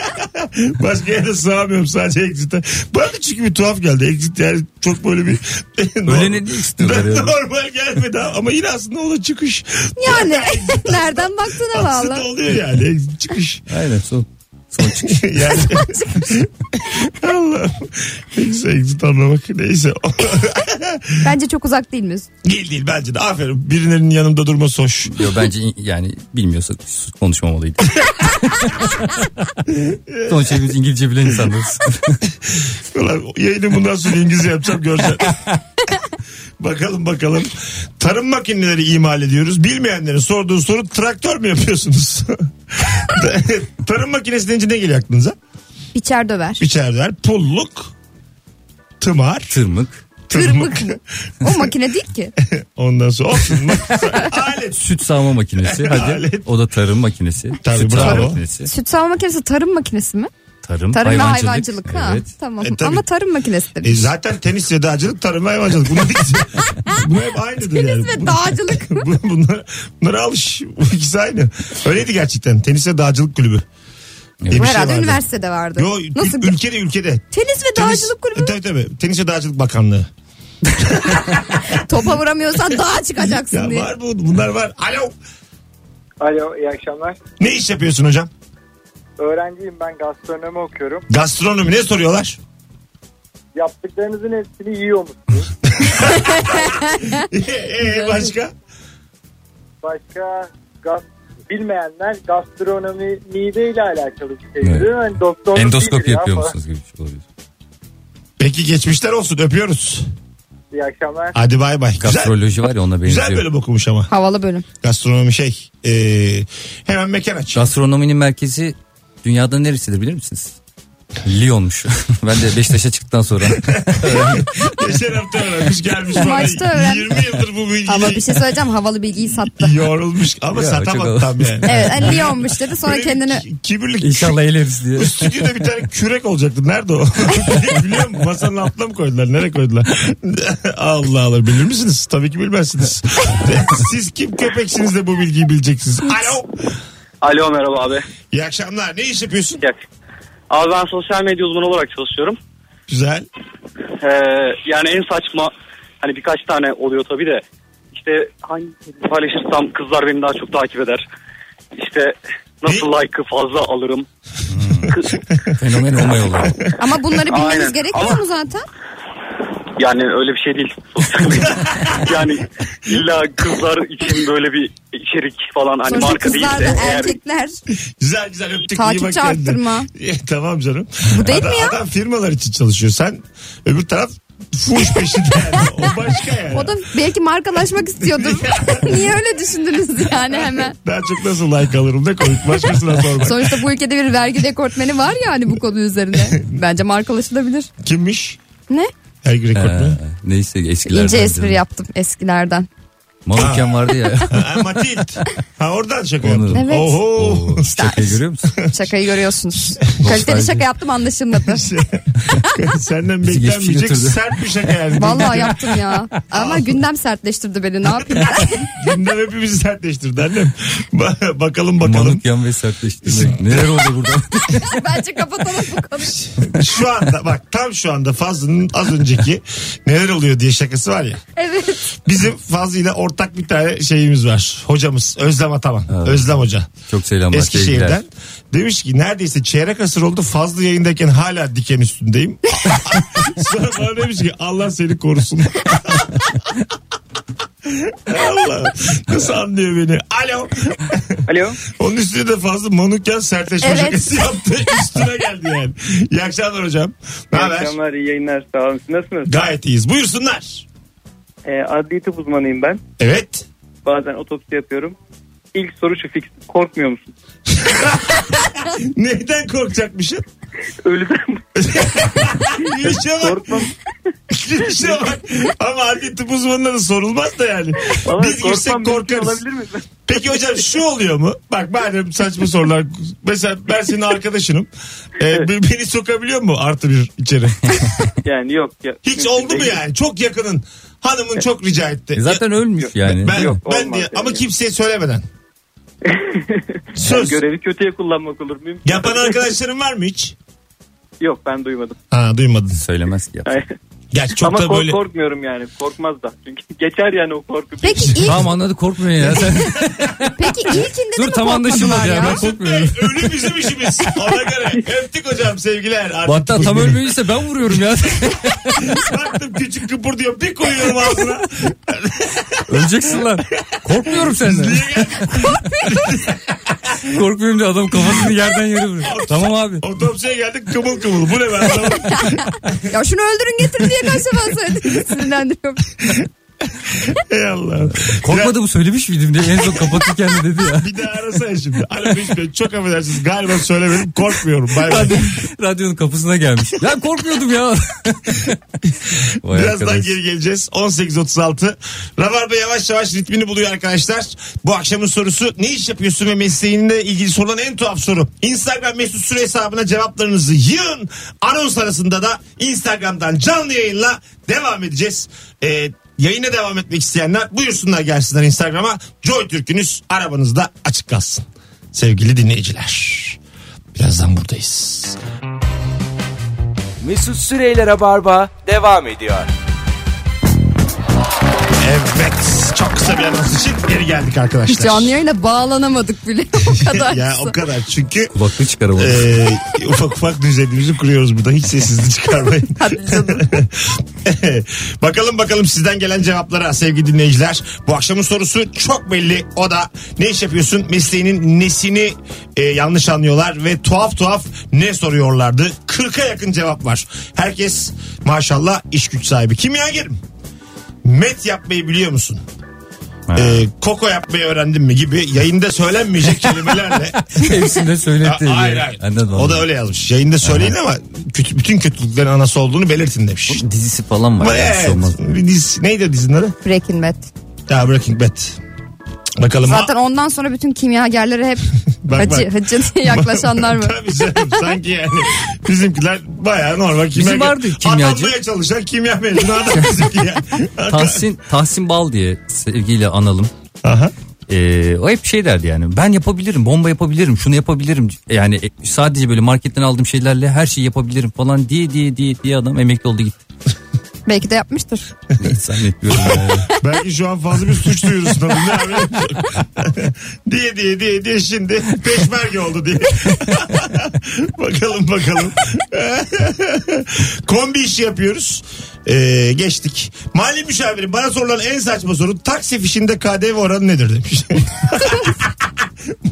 <laughs> Başka yere sığamıyorum sadece exit'e. Bana da çünkü bir tuhaf geldi. Exit yani çok böyle bir... <laughs>
Ölene niye istiyorlar ya?
Normal gelmedi ama- ama yine aslında o da çıkış.
Yani <laughs> nereden baktığına
Aslında
bağlı.
oluyor yani exit
<laughs>
çıkış.
Aynen son. Son çıkış.
yani. Allah'ım. Neyse exit anlamak neyse. <laughs>
Bence çok uzak değil Mesut.
değil değil bence de aferin. Birilerinin yanında durması hoş.
Yo, bence in- yani bilmiyorsa konuşmamalıydı.
<laughs>
Sonuçta biz İngilizce bilen insanlarız.
<laughs>
Ulan yayını bundan sonra İngilizce yapacağım görsen. Bakalım bakalım. Tarım makineleri imal ediyoruz. Bilmeyenlere sorduğu soru traktör mü yapıyorsunuz? <laughs> Tarım makinesi deyince ne geliyor aklınıza?
Biçer döver.
Biçerler, pulluk, tımar,
Tırmık,
tırmık. <laughs>
Tırmık. O makine değil ki.
Ondan sonra o tırmık alet.
süt
<laughs>
sağma makinesi. Hadi.
Alet.
O da tarım makinesi.
Tabii,
süt sağma
bravo.
makinesi.
Süt sağma makinesi tarım makinesi mi?
Tarım,
Tarım
hayvancılık.
ve hayvancılık. Ha,
Evet.
Tamam.
E, tabii.
Ama tarım makinesidir.
E zaten tenis ve dağcılık, tarım ve hayvancılık. Bunlar ikisi, <laughs> bu hep aynıdır yani.
Tenis ve dağcılık.
Bu- <laughs> bunlar, bunlara alış. Bu ikisi aynı. Öyleydi gerçekten. Tenis ve dağcılık kulübü. diye bir
Bu
şey
herhalde
vardı.
üniversitede vardı.
Yo,
Nasıl?
ül- ülkede ülkede.
Tenis ve
Tenis- E,
dağcılık kulübü.
Tabii tabii. Tenis ve Dağcılık Bakanlığı.
Topa
<laughs>
vuramıyorsan dağa
Ya
çıkacaksın diye.
var bu bunlar var. Alo.
Alo iyi akşamlar.
Ne iş yapıyorsun hocam?
Öğrenciyim ben gastronomi okuyorum.
Gastronomi ne soruyorlar? <laughs>
Yaptıklarınızın hepsini yiyor musunuz?
Ee, başka?
Başka gaz, bilmeyenler gastronomi mideyle alakalı bir şey.
Evet.
Değil mi? Hani doktorluk
Endoskop
değildir ya
yapıyor
falan.
musunuz gibi bir şey olabilir.
Peki geçmişler olsun öpüyoruz.
İyi akşamlar.
Hadi bay bay. Güzel,
Gastroloji var ya ona benziyor.
güzel bölüm okumuş ama.
Havalı bölüm.
Gastronomi şey. ee, hemen mekan
<laughs>
aç.
Gastronominin merkezi dünyada neresidir bilir misiniz? Lyon'muş. <laughs> ben de Beşiktaş'a
<laughs>
çıktıktan sonra.
Geçen hafta öğrenmiş gelmiş
Maçta
bana.
öğrenmiş.
20 yıldır bu bilgiyi
Ama bir şey söyleyeceğim havalı bilgiyi sattı.
yorulmuş. Ama
Ya,
satamadı
çok-
tam yani.
Evet hani Lyon'muş dedi sonra
Benim
kendini
ki- Kibirli
İnşallah eğleriz diye.
Bu stüdyoda bir tane kürek olacaktı. Nerede o? <laughs> Biliyor musun? Masanın altına mı koydular? Nereye koydular? <laughs> Allah Allah. Bilir misiniz? Tabii ki bilmezsiniz. <laughs> Siz kim köpeksiniz de bu bilgiyi bileceksiniz. Alo.
<laughs> Alo merhaba abi.
İyi akşamlar. Ne iş yapıyorsun?
Gel. Abi ben sosyal medya uzmanı olarak çalışıyorum.
Güzel.
Ee, yani en saçma hani birkaç tane oluyor tabii de. İşte hangi paylaşırsam kızlar beni daha çok takip eder. İşte nasıl
Ne?
like'ı fazla alırım.
Fenomen olmay olur.
<laughs>
ama bunları bilmeniz
Aynen.
gerekmiyor
Ama-
mu zaten?
Yani öyle bir şey değil. Sosyal medya. yani illa kızlar için böyle bir içerik falan hani
Sonuçta
marka değil
kızlar
de
da
eğer
erkekler.
Güzel güzel öptük. <laughs> İyi
Takipçi
bak kendine.
arttırma.
E, tamam canım.
Bu değil mi
Adam-
ya?
Adam firmalar için çalışıyor. Sen öbür taraf fuş peşinde. yani. O başka yani.
O da belki
<laughs>
markalaşmak istiyordur. Niye öyle düşündünüz yani hemen?
Daha çok nasıl like alırım da komik. Başkasına sormak.
Sonuçta bu ülkede bir vergi dekortmeni var yani bu konu üzerine. Bence markalaşılabilir.
Kimmiş?
Ne?
Her gün rekor mu?
Ee. Neyse eskilerden.
İnce espri
canım.
yaptım eskilerden.
Maluken
<laughs>
vardı ya.
Ha, Matild. Ha oradan şaka
Onu-
yaptın.
Evet.
Oho. <laughs>
Oo, şakayı görüyor musun?
Şakayı görüyorsunuz. Kaliteli şaka yaptım anlaşılmadı.
Senden
Bizi geçmiş
beklenmeyecek
götürdü.
sert bir şaka yani.
<laughs> Vallahi yaptım ya. Ama gündem sertleştirdi beni ne yapayım.
Gündem hepimizi sertleştirdi annem. Ba- bakalım bakalım.
<laughs> Maluken ve sertleştirme. Neler oldu burada?
Bence kapatalım bu konuyu.
Şu anda bak tam şu anda Fazlı'nın az önceki neler oluyor diye şakası var ya.
Evet.
Bizim Fazlı'yla ortak bir tane şeyimiz var. Hocamız Özlem Ataman. Özlem Hoca.
Çok selamlar. sevgiler.
Eskişehir'den. Demiş ki neredeyse çeyrek asır oldu fazla yayındayken hala diken üstündeyim. Sonra bana demiş ki Allah seni korusun. <laughs> Allah nasıl anlıyor beni? Alo.
Alo.
Onun üstüne de fazla manuken sertleşme
Evet.
şakası yaptı. Üstüne geldi yani. İyi akşamlar hocam. Ne haber?
iyi yayınlar. Sağ olun. Siz nasılsınız?
Gayet iyiyiz. Buyursunlar.
Ee, adli tıp uzmanıyım ben.
Evet.
Bazen otopsi yapıyorum. İlk soru şu fix. Korkmuyor musun?
Neyden korkacakmışsın?
Ölüden mi?
Yürüyüşe bak.
Korkmam.
Yürüyüşe bak. şey Ama adli tıp uzmanına da sorulmaz da yani.
Ama
Biz girsek
korkmam mümkün
korkarız.
Olabilir mi?
Peki hocam şu oluyor mu? Bak madem saçma sorular. Mesela ben senin arkadaşınım. Ee, be- Beni sokabiliyor mu artı bir içeri?
Yani yok. Ya,
Hiç
mümkün
oldu mu
<laughs> değil.
yani? Çok yakının. Hanımın çok rica etti.
E Zaten ölmüş yani.
ben,
Yok,
ben
olmaz
diye,
yani.
ama kimseye söylemeden.
Yani
Söz.
görevi kötüye kullanmak olur. Mümkün.
Yapan arkadaşların var mı hiç?
Yok ben duymadım.
Ha duymadın.
Söylemez ki. Ya.
Gerçi çok
Ama
da
kork-
böyle
korkmuyorum yani. Korkmaz da. Çünkü <laughs> geçer yani o korku.
Peki ilk,
Tamam anladı korkmuyor ya. Sen,
peki ilkinde de
dur
mi
tam anlaşılmadı
korkmadılar
ya.
ya?
Ben korkmuyorum.
ölü bizim işimiz. Ona göre.
<laughs>
Öptük hocam sevgiler. Artık
Hatta tam ölmediyse ben vuruyorum ya. <laughs>
Baktım küçük kıpır diyor. Bir koyuyorum ağzına.
Öleceksin lan. Korkmuyorum senden. Korkmuyorum diye adam kafasını yerden
<laughs>
yere vuruyor. Tamam abi.
Otopsiye geldik kımıl kımıl. Bu ne ben anlamadım.
Ya şunu öldürün getirin diye kaç defa söyledim. Sinirlendiriyorum.
Ey Allah'ım.
Korkmadım söylemiş miydim diye en son kapatırken de dedi ya. <laughs>
Bir daha arasana şimdi. Alo Mesut Bey çok affedersiniz. Galiba söylemedim korkmuyorum. Bay bay.
Radyo- radyonun kapısına gelmiş. Ya
<laughs>
korkmuyordum ya. Vay
Birazdan
arkadaş.
geri geleceğiz. 18.36. Rabarba yavaş yavaş ritmini buluyor arkadaşlar. Bu akşamın sorusu ne iş yapıyorsun ve mesleğinle ilgili sorulan en tuhaf soru. Instagram mesut süre hesabına cevaplarınızı yığın. Anons arasında da Instagram'dan canlı yayınla devam edeceğiz. Ee, yayına devam etmek isteyenler buyursunlar gelsinler Instagram'a. Joy Türk'ünüz arabanızda açık kalsın. Sevgili dinleyiciler. Birazdan buradayız.
Mesut Süreyler'e barba devam ediyor.
Evet. Çok kısa bir anons için geri geldik arkadaşlar.
Hiç canlı yayına bağlanamadık bile <laughs> o kadar.
ya o kadar çünkü
Kulaklığı çıkaramadım.
e, ufak ufak düzenimizi kuruyoruz burada hiç sessizlik çıkarmayın. <laughs>
Hadi canım.
bakalım bakalım sizden gelen cevaplara sevgili dinleyiciler. Bu akşamın sorusu çok belli o da ne iş yapıyorsun mesleğinin nesini e, yanlış anlıyorlar ve tuhaf tuhaf ne soruyorlardı. 40'a yakın cevap var. Herkes maşallah iş güç sahibi. Kimyagerim met yapmayı biliyor musun? E, koko yapmayı öğrendin mi gibi yayında söylenmeyecek kelimelerle
Hepsinde söyletti.
Ha, hayır hayır.
Anladım.
O da öyle yazmış. Yayında söyleyin ama kötü, bütün kötülüklerin anası olduğunu belirtin demiş.
Dizisi falan var.
Ama
ya, bir şey
evet.
olmaz.
bir dizi- neydi o dizinin adı?
Breaking Bad.
Ya Breaking Bad. Bakalım.
Zaten ondan sonra bütün kimyagerlere hep
<laughs> Bak,
hacı,
bak.
hacı
<laughs>
diye yaklaşanlar var.
Tabii canım sanki yani bizimkiler bayağı normal kimya.
Bizim vardı kimyacı.
Atanmaya çalışan kimya mezunu adam bizimki
<laughs>
ya.
Tahsin, Tahsin Bal diye sevgiyle analım.
Aha.
Ee, o hep şey derdi yani ben yapabilirim bomba yapabilirim şunu yapabilirim yani e, sadece böyle marketten aldığım şeylerle her şeyi yapabilirim falan diye diye diye diye adam emekli oldu gitti.
Belki de yapmıştır.
Hiç zannetmiyorum yani. <laughs>
Belki şu an fazla bir suç <laughs> duyurusunda bulundu abi. diye diye diye diye şimdi peşmerge oldu diye. <laughs> bakalım bakalım. Kombi işi yapıyoruz. Ee, geçtik. Mali müşaviri bana sorulan en saçma soru taksi fişinde KDV oranı nedir demiş.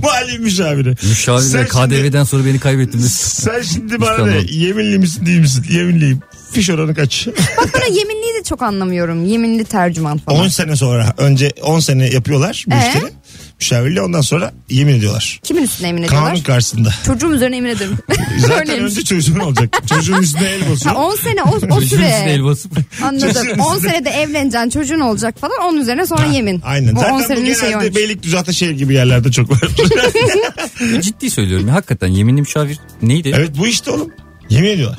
<laughs> Mali müşaviri. Sen
Müşavir
şimdi-
KDV'den sonra
<laughs>
beni kaybettiniz.
sen şimdi bana
Tamam.
ne? Yeminli misin değil misin? Yeminliyim. Fiş oranı kaç?
Bana yeminliyi de çok anlamıyorum. Yeminli tercüman falan.
10 sene sonra önce 10 sene yapıyorlar
Ee?
müşteri. Müşavirle ondan sonra yemin ediyorlar.
Kimin üstüne emin ediyorlar?
Kanun
<laughs>
karşısında.
Çocuğum üzerine emin ederim.
<laughs> Zaten
Öyleymiş.
önce çocuğun olacak.
<laughs>
Çocuğun üstüne el basıyor.
Ha, 10 sene o, o
Çocuğun üstüne
süre.
el basıp
Çocuğun
Anladım. 10
üstüne-
senede evleneceksin çocuğun olacak falan onun üzerine sonra yemin.
Aynen.
Bu 10
Zaten bu
senenin şeyi
genelde
olmuş.
Beylikdüzü Ataşehir gibi yerlerde
<laughs>
çok var.
E, ciddi söylüyorum ya, hakikaten yeminli müşavir neydi?
evet bu işte oğlum. Yemin ediyorlar.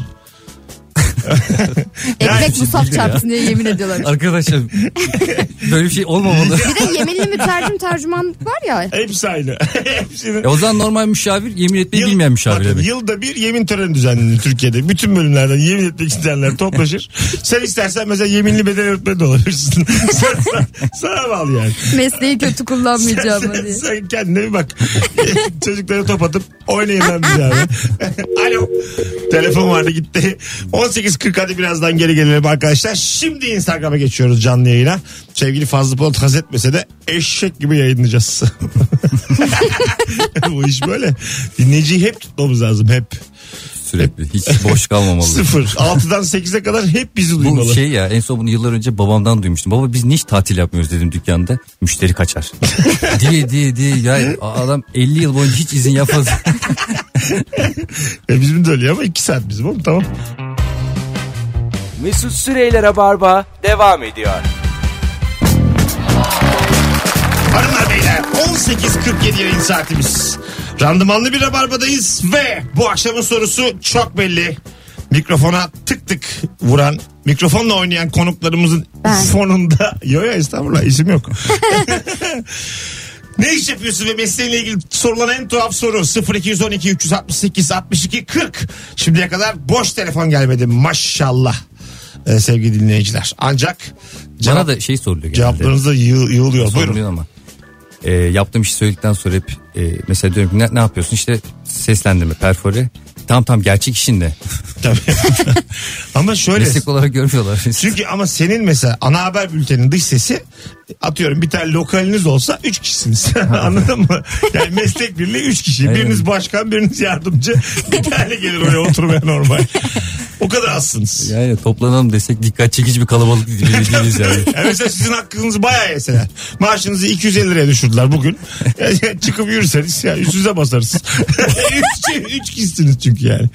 Yani-
Ekmek musaf çarpsın diye
<laughs>
yemin ediyorlar.
Arkadaşlar böyle bir şey olmamalı.
Bir de yeminli mütercim tercüman var ya.
Hepsi aynı. <laughs> Hepsini.
E o zaman normal müşavir yemin etmeyi
Yıl-
bilmeyen müşavir
Bakın,
demek.
Yılda bir yemin töreni düzenlenir Türkiye'de. Bütün bölümlerden yemin etmek isteyenler
<laughs>
toplaşır. Sen istersen mesela yeminli beden öğretmeni de olabilirsin. <laughs> Sen- sen- sana bağlı yani.
Mesleği kötü kullanmayacağım
sen,
diye.
sen kendine bir bak. <laughs> Çocukları top atıp oynayın ben bir abi. <laughs> Alo. Telefon vardı gitti. 18.40 hadi birazdan geri gelelim arkadaşlar. Şimdi Instagram'a geçiyoruz canlı yayına. Sevgili Fazlı Polat haz etmese de eşek gibi yayınlayacağız. <laughs> Bu iş böyle. Dinleyiciyi hep tutmamız lazım hep.
Sürekli hiç boş kalmamalı.
Sıfır. 6'dan 8'e kadar hep bizi
Bu
duymalı.
şey ya en son bunu yıllar önce babamdan duymuştum. Baba biz niye hiç tatil yapmıyoruz dedim dükkanda. Müşteri
<laughs>
kaçar. diye diye diye ya adam 50 yıl boyunca hiç
<laughs>
izin yapmaz.
E, bizim de öyle ama 2 saat bizim oğlum tamam.
Mesut Süreyler'e barba devam ediyor.
Hanımlar beyler 18.47 yayın saatimiz. Randımanlı bir rabarbadayız ve bu akşamın sorusu çok belli. Mikrofona tık tık vuran, mikrofonla oynayan konuklarımızın
Ben.
fonunda... Yo yo estağfurullah isim yok. ne iş yapıyorsun ve mesleğinle ilgili sorulan en tuhaf soru 0212 368 62 40. Şimdiye kadar boş telefon gelmedi maşallah ee, sevgili dinleyiciler. Ancak
Bana
cevap,
da şey soruluyor genelde.
cevaplarınız da yığ- yığılıyor. Buyurun.
Soruluyor ama. E, yaptığım işi söyledikten sonra hep e, mesela diyorum ki ne, ne yapıyorsun işte seslendirme perfore. Tam tam gerçek işin ne? <laughs>
Tabii. ama şöyle.
Meslek
<laughs>
olarak görmüyorlar.
Çünkü ama senin mesela ana haber bülteninin dış sesi atıyorum bir tane lokaliniz olsa 3
<laughs>
kişisiniz. <laughs> Anladın mı? Yani meslek
<laughs>
birliği 3 kişi. Biriniz başkan, biriniz yardımcı. Bir tane gelir oraya oturmaya normal. O kadar azsınız.
Yani toplanalım desek dikkat çekici bir kalabalık bile değiliz yani.
Yani mesela sizin hakkınızı bayağı yeseler. Maaşınızı 250 liraya düşürdüler bugün. Yani çıkıp yürürseniz ya üstünüze basarız. <laughs> üç, üç kişisiniz çünkü yani.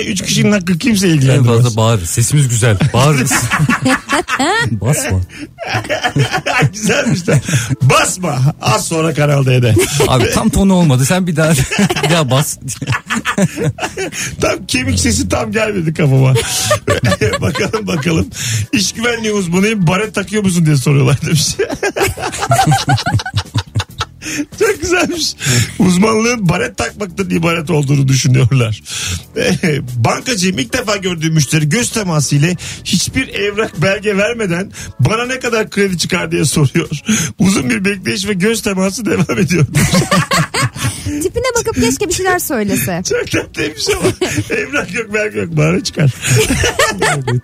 üç kişinin hakkı kimse
En
ilgilendirmez.
fazla bağır. Sesimiz güzel. Bağırırız. Basma.
Güzelmiş de. Basma. Az sonra kanalda ede.
Abi tam tonu olmadı. Sen bir daha bir daha bas.
Tam kemik sesi tam gelmedi kafama. <laughs> bakalım bakalım. İş güvenliği uzmanıyım. Baret takıyor musun diye soruyorlar demiş. <laughs> Çok güzelmiş. Uzmanlığın baret takmaktan ibaret olduğunu düşünüyorlar. <laughs> Eh, Bankacıyım ilk defa gördüğüm müşteri göz teması ile hiçbir evrak belge vermeden bana ne kadar kredi çıkar diye soruyor. Uzun bir bekleyiş ve göz teması devam ediyor.
Tipine bakıp keşke bir şeyler söylese.
Çok tatlıymış ama şey evrak yok belge yok bana ne çıkar.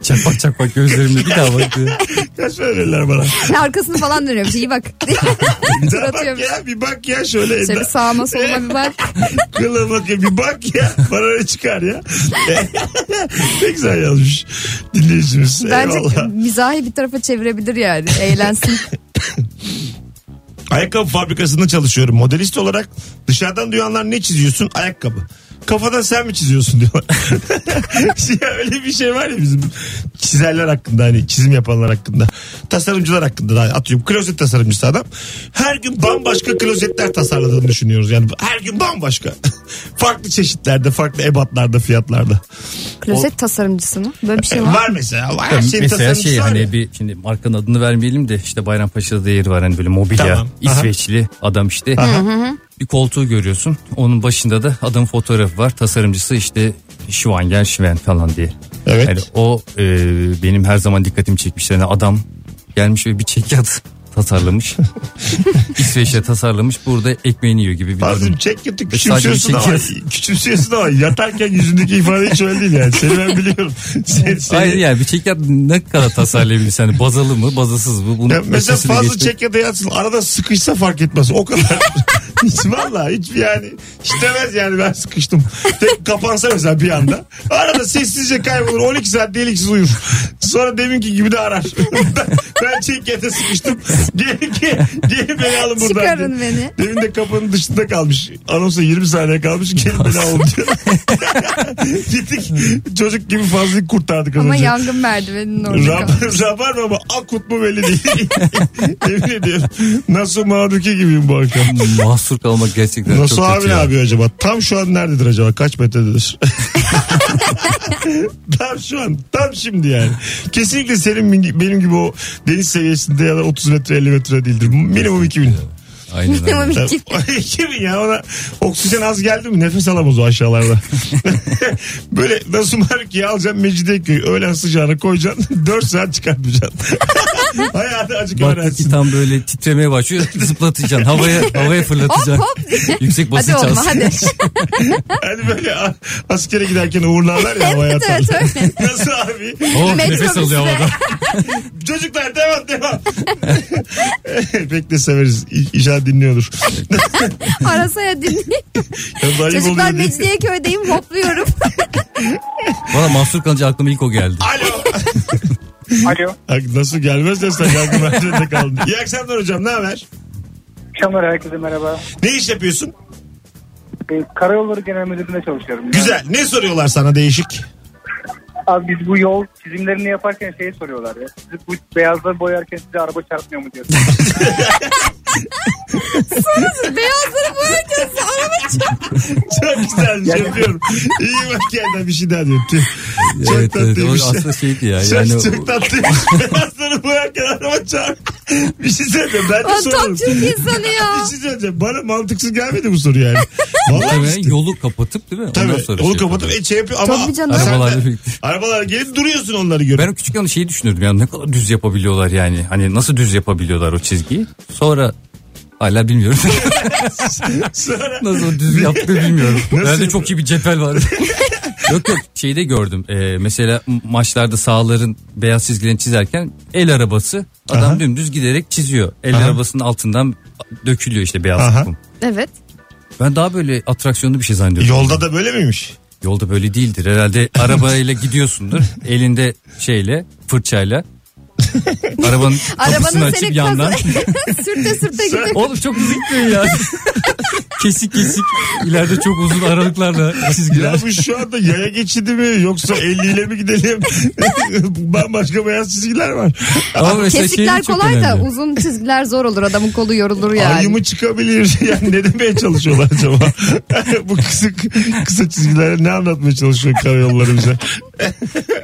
Çakmak çakmak gözlerimle bir daha baktı.
Şey, Kaç verirler bana?
Arkasını falan dönüyormuş.
<laughs>
İyi bak. Tur
Ya bak
atıyormuş.
ya bir bak ya şöyle.
Şöyle
Şöyle
sağıma soluma bir bak.
Kılına bakayım bir bak ya. Bana ne çıkar ya. ne güzel yazmış dinleyicimiz.
Bence
Eyvallah.
mizahi bir tarafa çevirebilir yani. Eğlensin.
Ayakkabı fabrikasında çalışıyorum. Modelist olarak dışarıdan duyanlar ne çiziyorsun? Ayakkabı. Kafadan sen mi çiziyorsun diyorlar. <laughs> ya öyle bir şey var ya bizim çizerler hakkında hani çizim yapanlar hakkında. Tasarımcılar hakkında da atıyorum klozet tasarımcısı adam. Her gün bambaşka klozetler tasarladığını düşünüyoruz. Yani her gün bambaşka. <laughs> farklı çeşitlerde, farklı ebatlarda, fiyatlarda.
Klozet tasarımcısı mı? Böyle bir şey var.
Var mesela. Var. Her şeyin
E Mesela
tasarımcısı
şey
var ya.
hani bir şimdi markanın adını vermeyelim de işte Bayrampaşa'da da yeri var hani böyle mobilya
Tamam. Aha.
İsveçli adam işte. Bir koltuğu görüyorsun. Onun başında da adamın fotoğrafı var. Tasarımcısı işte Schwanger Schwen falan diye.
Evet.
Yani o e, benim her zaman dikkatimi çekmişler. Yani adam gelmiş ve bir çekyat
<laughs>
tasarlamış. İsveç'te tasarlamış. Burada ekmeğini yiyor gibi bir durum.
Fazlım çek kötü
E, Sadece bir
küçümsüyorsun ama.
çekiyorsun.
<laughs> Küçümsüyorsun ama yatarken yüzündeki ifade hiç öyle değil yani. Seni ben
<laughs>
biliyorum. Sen, seni...
Hayır yani bir çekyat ne kadar tasarlayabilirsin? Hani bazalı mı bazasız mı? Bunun
Ya mesela
ötesine
fazla
geçmek-
çek ya da yatsın. Arada sıkışsa fark etmez. O kadar. <laughs> hiç valla hiç yani hiç demez yani ben sıkıştım. Tek kapansa mesela bir anda. Arada sessizce kaybolur. 12 saat deliksiz uyur. Sonra deminki gibi de arar. <laughs> Ben- ben çekyata sıkıştım. Gelin ki gelin beni alın buradan.
Çıkarın
diye.
beni.
Demin de kapının dışında kalmış. Anonsa 20 saniye kalmış. Gelin beni alın
<laughs>
diyor. Gittik çocuk gibi fazla kurtardık az
Ama
önce.
yangın merdiveninin orada
Rab,
kalmış.
rabarba mı akut mu belli değil. <laughs> Emin ediyorum. Nasıl mağduki gibiyim bu akşam.
Mahsur kalmak gerçekten
Nasıl
çok
abi
kötü ya.
abi acaba? Tam şu an nerededir acaba? Kaç metrededir? <laughs> tam şu an. Tam şimdi yani. Kesinlikle senin min- benim gibi o deniz seviyesinde ya da 30 metre 50 metre değildir. Minimum 2000.
Aynen
<laughs>
öyle.
Ama
<laughs>
bir-
2000 ya ona oksijen az geldi mi nefes alamaz o aşağılarda. <laughs> Böyle nasıl markiyi alacaksın Mecidiyeköy öğlen sıcağına koyacaksın <laughs> 4 saat çıkartacaksın. <laughs> Hayatı acık
Baktık ki
öğrensin.
tam böyle titremeye başlıyor. Zıplatacaksın. Havaya, havaya
Hop
fırlatacaksın.
hop.
Yüksek basınç
hadi olma
alsın. <laughs>
hadi.
Hani böyle a- askere giderken uğurlarlar ya o
<laughs> evet
hayatı.
evet öyle.
<laughs> Nasıl abi?
Oh, nefes
Metrobüste.
alıyor havada.
Çocuklar devam devam. <laughs> Pek de severiz. İ- İnşallah dinliyordur. <laughs>
Arasaya dinleyin.
Yalnız ayıp
Çocuklar
oluyor diye.
Mecidiyeköy'deyim hopluyorum.
Valla mahsur kalınca aklıma ilk o geldi.
Alo. <laughs>
Alo.
Ay, Nasıl gelmez de sen kalkın merdivende kaldın. İyi akşamlar hocam ne haber?
Akşamlar herkese merhaba.
Ne iş yapıyorsun?
Ee, Karayolları Genel Müdürlüğü'nde çalışıyorum.
Güzel. Ne soruyorlar sana değişik?
Abi biz bu yol çizimlerini yaparken şeyi soruyorlar ya. Siz bu beyazları boyarken size araba çarpmıyor mu diyorsun.
Beyazları boyayacağız. Araba
<laughs> Çok güzelmiş yapıyorum. İyi bak kendine bir şey daha diyor. Tüh. Çok
evet, evet. O
tatlıymış.
aslında şeydi ya.
Çok,
Yani o-
çok
<laughs>
tatlıymış. Beyazları boyarken araba çarp. Bir şey söyleyeceğim. Ben de
Ulan
sorarım.
Top Türk insanı ya.
<laughs> Bir şey söyleyeceğim. Bana mantıksız gelmedi bu soru
<laughs>
yani. Vallahi
Muhtemelen
işte.
yolu kapatıp değil mi?
Tabii.
Ondan sonra
onu
şey
kapatıp
yapıyorlar.
e, şey yapıyor ama
Tabii canım.
sen de-
Arabalarla birlikte.
arabalar gelip duruyorsun onları görüp.
Ben o küçükken şeyi düşünürdüm yani ne kadar düz yapabiliyorlar yani. Hani nasıl düz yapabiliyorlar o çizgiyi. Sonra hala bilmiyorum.
<laughs> Sonra
nasıl düz yaptığı bilmiyorum.
Nasıl
Bende
yapıyor?
çok iyi bir
<laughs>
cetvel var. yok yok şeyde gördüm. Ee, mesela m- maçlarda sahaların beyaz çizgilerini çizerken el arabası adam
Aha.
dümdüz giderek çiziyor. El
Aha.
arabasının altından dökülüyor işte beyaz
Aha.
kum.
Evet.
Ben daha böyle atraksiyonlu bir şey zannediyorum.
Yolda da böyle miymiş?
Yolda böyle değildir herhalde
<laughs>
arabayla gidiyorsundur elinde şeyle fırçayla
<laughs>
arabanın kapısını
Arabanın
açıp
seni
yandan.
kazan- <laughs> sürte sürte gidiyor.
<laughs> Oğlum çok hızlı gidiyorsun
<laughs>
ya. kesik kesik ileride çok uzun aralıklarla
Ya
çizgiler.
bu şu anda yaya geçidi mi yoksa 50 ile mi
<laughs>
gidelim? <laughs> Bambaşka beyaz çizgiler var.
Ama mesela şey
Kesikler
de çok
kolay da
önemli.
uzun çizgiler zor olur. Adamın kolu yorulur yani.
Ayyumu çıkabilir. <laughs> Yani ne demeye çalışıyorlar acaba? <laughs> bu kısık kısa çizgilere ne anlatmaya çalışıyor karayolları bize?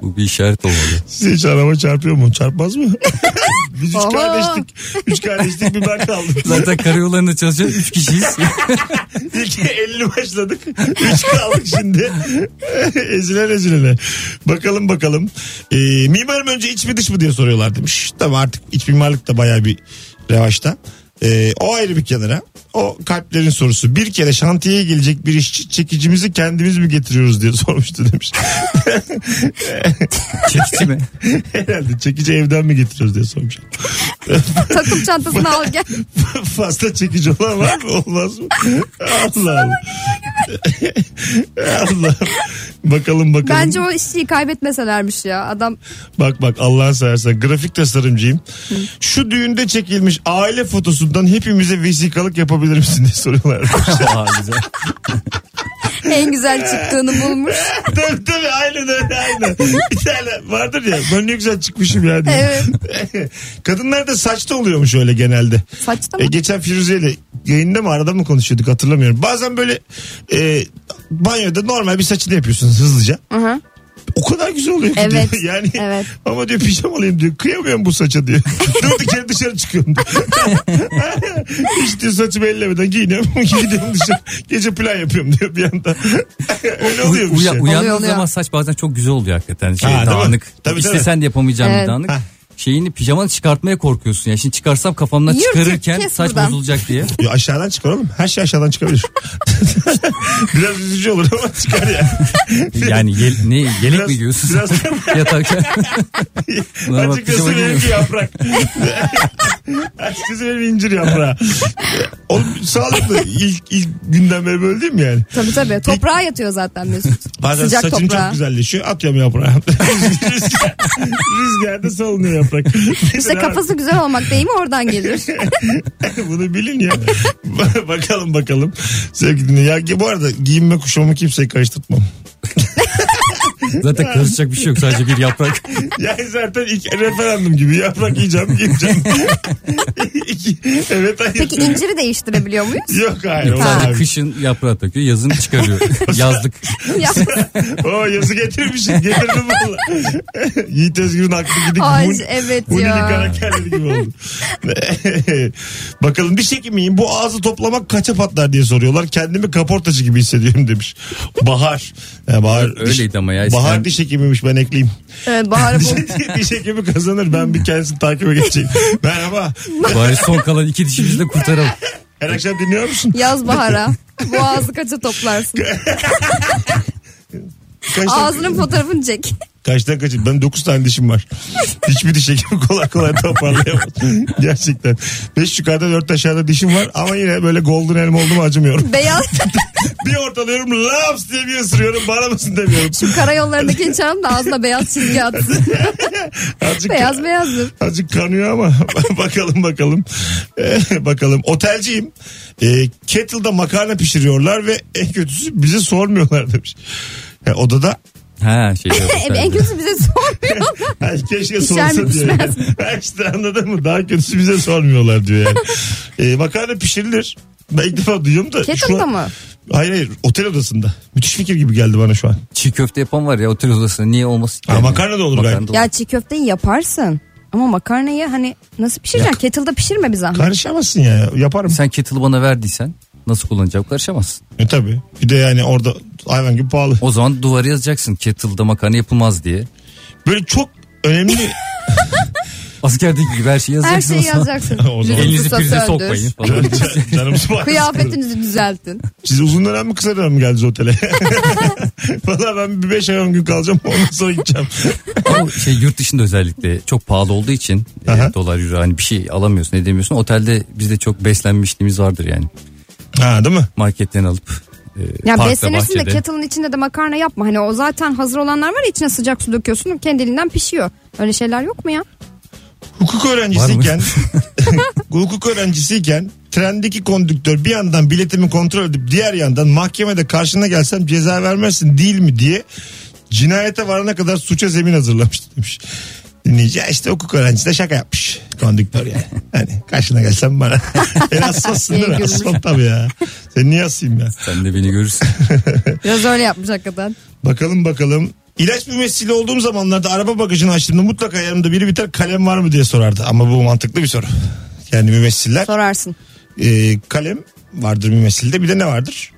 Bu bir işaret olmalı.
Size hiç araba çarpıyor mu? Çarpmaz mı? <laughs> Biz üç
Oho.
kardeşlik. Üç kardeşlik bir ben kaldım.
Zaten karayollarında çalışan
<laughs>
3 kişiyiz.
İlk <laughs> 50 başladık. 3 kaldık şimdi. <laughs> ezilen ezilene. Bakalım bakalım. Ee, mimarım önce iç mi dış mı diye soruyorlar demiş. Tabii artık iç mimarlık da bayağı bir revaçta. Ee, o ayrı bir kenara. O kalplerin sorusu. Bir kere şantiyeye gelecek bir işçi çekicimizi kendimiz mi getiriyoruz diye sormuştu demiş. <laughs>
Çekici mi?
Herhalde çekici evden mi getiriyoruz diye sormuş. <laughs>
Takım çantasını al gel.
Fazla çekici olan var mı? Olmaz mı? Allah'ım. <laughs> Allah'ım. Bakalım bakalım.
Bence o işçiyi kaybetmeselermiş ya. Adam
Bak bak Allah'ın seversen grafik tasarımcıyım. Şu düğünde çekilmiş aile fotosundan hepimize vesikalık yapabilir misin diye soruyorlar. <laughs>
Aa, güzel.
en güzel çıktığını bulmuş.
tabii tabii aynen öyle aynen. Bir tane vardır ya ben ne güzel çıkmışım ya diye.
Evet.
<laughs> Kadınlar da saçta oluyormuş öyle genelde.
Saçta mı?
E, geçen Firuze ile yayında mı arada mı konuşuyorduk hatırlamıyorum. Bazen böyle e, banyoda normal bir saçını yapıyorsunuz hızlıca.
Hı-hı.
O kadar güzel oluyor ki
Evet,
diyor. <laughs> Yani
evet.
ama diyor pijamalıyım diyor. Kıyamıyorum bu saça
<laughs>
diyor. Durduk kere dışarı çıkıyorum diyor. <laughs> Hiç diyor saçımı ellemeden giyiniyorum. <laughs> Gidiyorum dışarı. Gece plan yapıyorum diyor bir anda. <laughs> Öyle oluyor bir
Uya,
şey.
uyandığın
Oluyor, oluyor.
zaman saç bazen çok güzel oluyor hakikaten. Şey,
Ha, değil mi?
dağınık.
Tabii,
işte
tabii.
sen de yapamayacağın
Evet.
bir dağınık.
Ha.
Şeyini pijamanı çıkartmaya korkuyorsun. Ya şimdi çıkarsam kafamdan
Yürü,
çıkarırken
kes
saç
buradan. <laughs>
bozulacak diye.
Ya aşağıdan çıkar oğlum. Her şey aşağıdan çıkabilir. <laughs> Biraz üzücü olur ama çıkar ya.
<laughs>
<laughs>
Yani ye, ne yelek
Biraz-
mi giyiyorsun?
biraz-
<laughs> Yatarken. Buna bak,
Açıkçası
pijama
benimki
giymiyorum.
yaprak. <laughs> Açıkçası benim incir
<laughs>
yaprağı. Oğlum sağlıklı. İlk, ilk günden beri böyle değil mi yani?
Tabii tabii. Toprağa yatıyor zaten
<laughs>
Mesut.
Bazen
Sıcak
saçın
toprağa.
çok güzelleşiyor. Atıyorum yaprağı. <laughs> Rüzgar, rüzgarda salınıyor yaprak.
<laughs> İşte kafası güzel olmak değil mi
<laughs>
oradan gelir.
Bunu bilin ya. <laughs> Ba- bakalım bakalım. Sevgili dinleyen. Ya bu arada giyinme kuşamı kimseye karıştırtmam. <laughs>
Zaten karışacak bir şey yok. Sadece
<laughs>
bir yaprak.
Yani zaten ilk referandum gibi yaprak yiyeceğim giyeceğim. <laughs> İki- evet hayır.
Peki inciri
<laughs>
değiştirebiliyor muyuz?
Yok hayır.
Ha.
Sadece
olmaz.
kışın yaprağı takıyor.
<laughs>
Yazın çıkarıyor. Yazlık.
Ya,
Oo yazı getirmişsin. Getirdim valla. <laughs> Yiğit Özgür'ün aklı gidik.
ay
Hun-
evet
Hunili
ya.
karakterleri gibi oldu. Bakalım diş hekimiyim. Bu ağzı toplamak kaça patlar diye soruyorlar. Kendimi kaportacı gibi hissediyorum demiş. Bahar. Ya bahar
Öyleydi ama ya.
Bahar
Eskiden-
diş hekimiymiş ben ekleyeyim.
<laughs>
Evet,
<laughs>
Bahar'ı bul.
diş hekimi kazanır ben bir kendisini takibe geçeyim. Merhaba.
Bari son kalan iki dişimizi de kurtaralım.
Her akşam dinliyor musun?
Yaz Bahar'a. Boğazı kaça toplarsın.
Kaçtan,
Ağzının fotoğrafını çek. <laughs>
Kaçtan kaçın? Ben 9 tane dişim var. Hiçbir diş hekimi kolay kolay toparlayamaz. Gerçekten. 5 yukarıda 4 aşağıda dişim var ama yine böyle golden elma oldum acımıyorum.
Beyaz
bir ortalıyorum laps diye bir ısırıyorum bana mısın demiyorum.
şu karayollarındaki inçalım da ağzına beyaz çizgi
<laughs>
atsın.
Azıcık,
beyaz beyazdır.
azıcık kanıyor ama <laughs> bakalım bakalım. Ee, bakalım otelciyim. Ee, kettle'da makarna pişiriyorlar ve en kötüsü bizi sormuyorlar demiş. Yani odada
Ha
<laughs>
şey.
E, en kötüsü bize sormuyor.
Ay, keşke
Pişer
sorsa
mi
diyor.
<laughs> pişmez
<laughs> Yani. işte anladın mı? Daha kötüsü bize sormuyorlar diyor
<laughs>
yani. Ee, makarna pişirilir. Ben ilk defa duyuyorum da. şu
Kettle'da
an-
mı?
Hayır hayır otel odasında. Müthiş fikir gibi geldi bana şu an.
Çiğ köfte yapan var ya otel odasında. Niye olmasın?
Ha, makarna da olur galiba.
da olur.
Ya çiğ köfteyi yaparsın. Ama makarnayı hani nasıl pişireceksin? Kettle'da pişirme bir zahmet.
Karışamazsın ya yaparım.
Sen kettle'ı bana verdiysen nasıl kullanacağım karışamazsın.
E tabii. Bir de yani orada hayvan gibi pahalı.
O zaman duvara yazacaksın kettle'da makarna yapılmaz diye.
Böyle çok önemli
Askerdeki gibi her şeyi
Her
yazacaksın.
şeyi
o zaman.
yazacaksın.
O zaman.
Elinizi
Lüzumsuz
prize
söndür.
sokmayın falan.
canımız var.
Kıyafetinizi düzeltin.
Siz uzun dönem mi kısa dönem mi geldiniz otele? Valla ben bir 5 ay 10 gün kalacağım ondan sonra gideceğim.
Ama şey yurt dışında özellikle çok pahalı olduğu için e,
Aha.
dolar euro hani bir şey alamıyorsun edemiyorsun. Otelde bizde çok beslenmişliğimiz vardır yani.
Ha değil mi?
Marketten alıp e,
Ya
parkta,
beslenirsin de
bahçede.
kettle'ın içinde de makarna yapma. Hani o zaten hazır olanlar var ya içine sıcak su döküyorsun kendiliğinden pişiyor. Öyle şeyler yok mu ya?
Hukuk öğrencisiyken <laughs> hukuk öğrencisiyken trendeki kondüktör bir yandan biletimi kontrol edip diğer yandan mahkemede karşına gelsem ceza vermezsin değil mi diye cinayete varana kadar suça zemin hazırlamış demiş. Dinleyici "Ya işte hukuk öğrencisi de şaka yapmış. Kondüktör yani. Hani karşına gelsem bana. <laughs> El aslasın değil mi?
Niye gülmüş?
Aslan tabii ya. Sen niye asayım ya?
Sen de beni görürsün.
Biraz öyle yapmış hakikaten.
Bakalım bakalım. İlaç mümessili olduğum zamanlarda araba bagajını açtığımda mutlaka yanımda biri biter kalem var mı diye sorardı. Ama bu mantıklı bir soru. Yani mümessiller
Sorarsın.
e, kalem vardır mümessilde bir de ne vardır?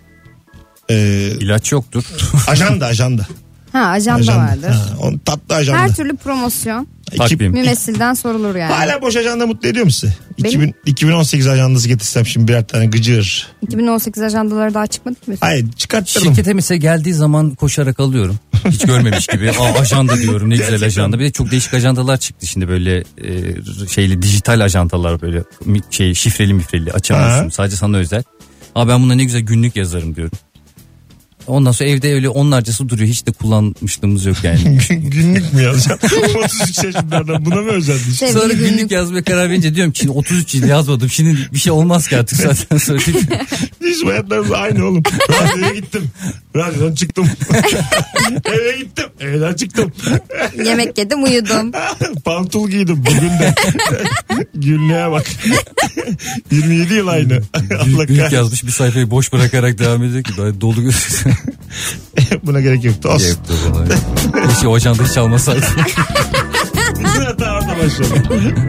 E,
İlaç yoktur.
<laughs>
ajanda ajanda.
Ha ajanda, vardır.
Ha, onun tatlı ajanda.
Her türlü promosyon
İki-
Takvim.
mümessilden sorulur yani.
Hala boş ajanda mutlu ediyor musun?
Benim-
2000, 2018 ajandası getirsem şimdi birer tane gıcır.
2018 ajandaları daha çıkmadı mı?
Hayır çıkarttırırım.
Şirkete mesela geldiği zaman koşarak alıyorum. Hiç görmemiş gibi. Aa ajanda diyorum ne güzel ajanda. Bir de çok değişik ajandalar çıktı şimdi böyle e, şeyli dijital ajandalar böyle mi- şey şifreli mifreli açamıyorsun.
Ha.
Sadece sana özel. Aa ben buna ne güzel günlük yazarım diyorum. Ondan sonra evde öyle onlarcası duruyor. Hiç de kullanmışlığımız yok
<laughs>
yani.
Günlük mü yazacağım? <laughs> 33 yaşlardan buna mı özenmiş?
Sevgili
Sonra
günlük.
günlük yazmaya karar verince diyorum ki şimdi 33 yıl yazmadım. Şimdi bir şey olmaz ki artık zaten sonra.
Bizim hayatlarımız aynı oğlum. Radyoya gittim. Radyodan
<laughs>
çıktım. Eve gittim. Evden çıktım.
Yemek yedim uyudum.
Pantul giydim bugün de. <laughs> Günlüğe bak. <laughs> 27 yıl aynı. Allah
Günlük
kahretsin.
yazmış bir sayfayı boş bırakarak devam ediyor ki. Böyle dolu gözüküyor.
Buna gerek yoktu. Olsun.
Yoktu vallahi. Keşke o ajanda hiç almasaydı.
Bizim hata orada başladı.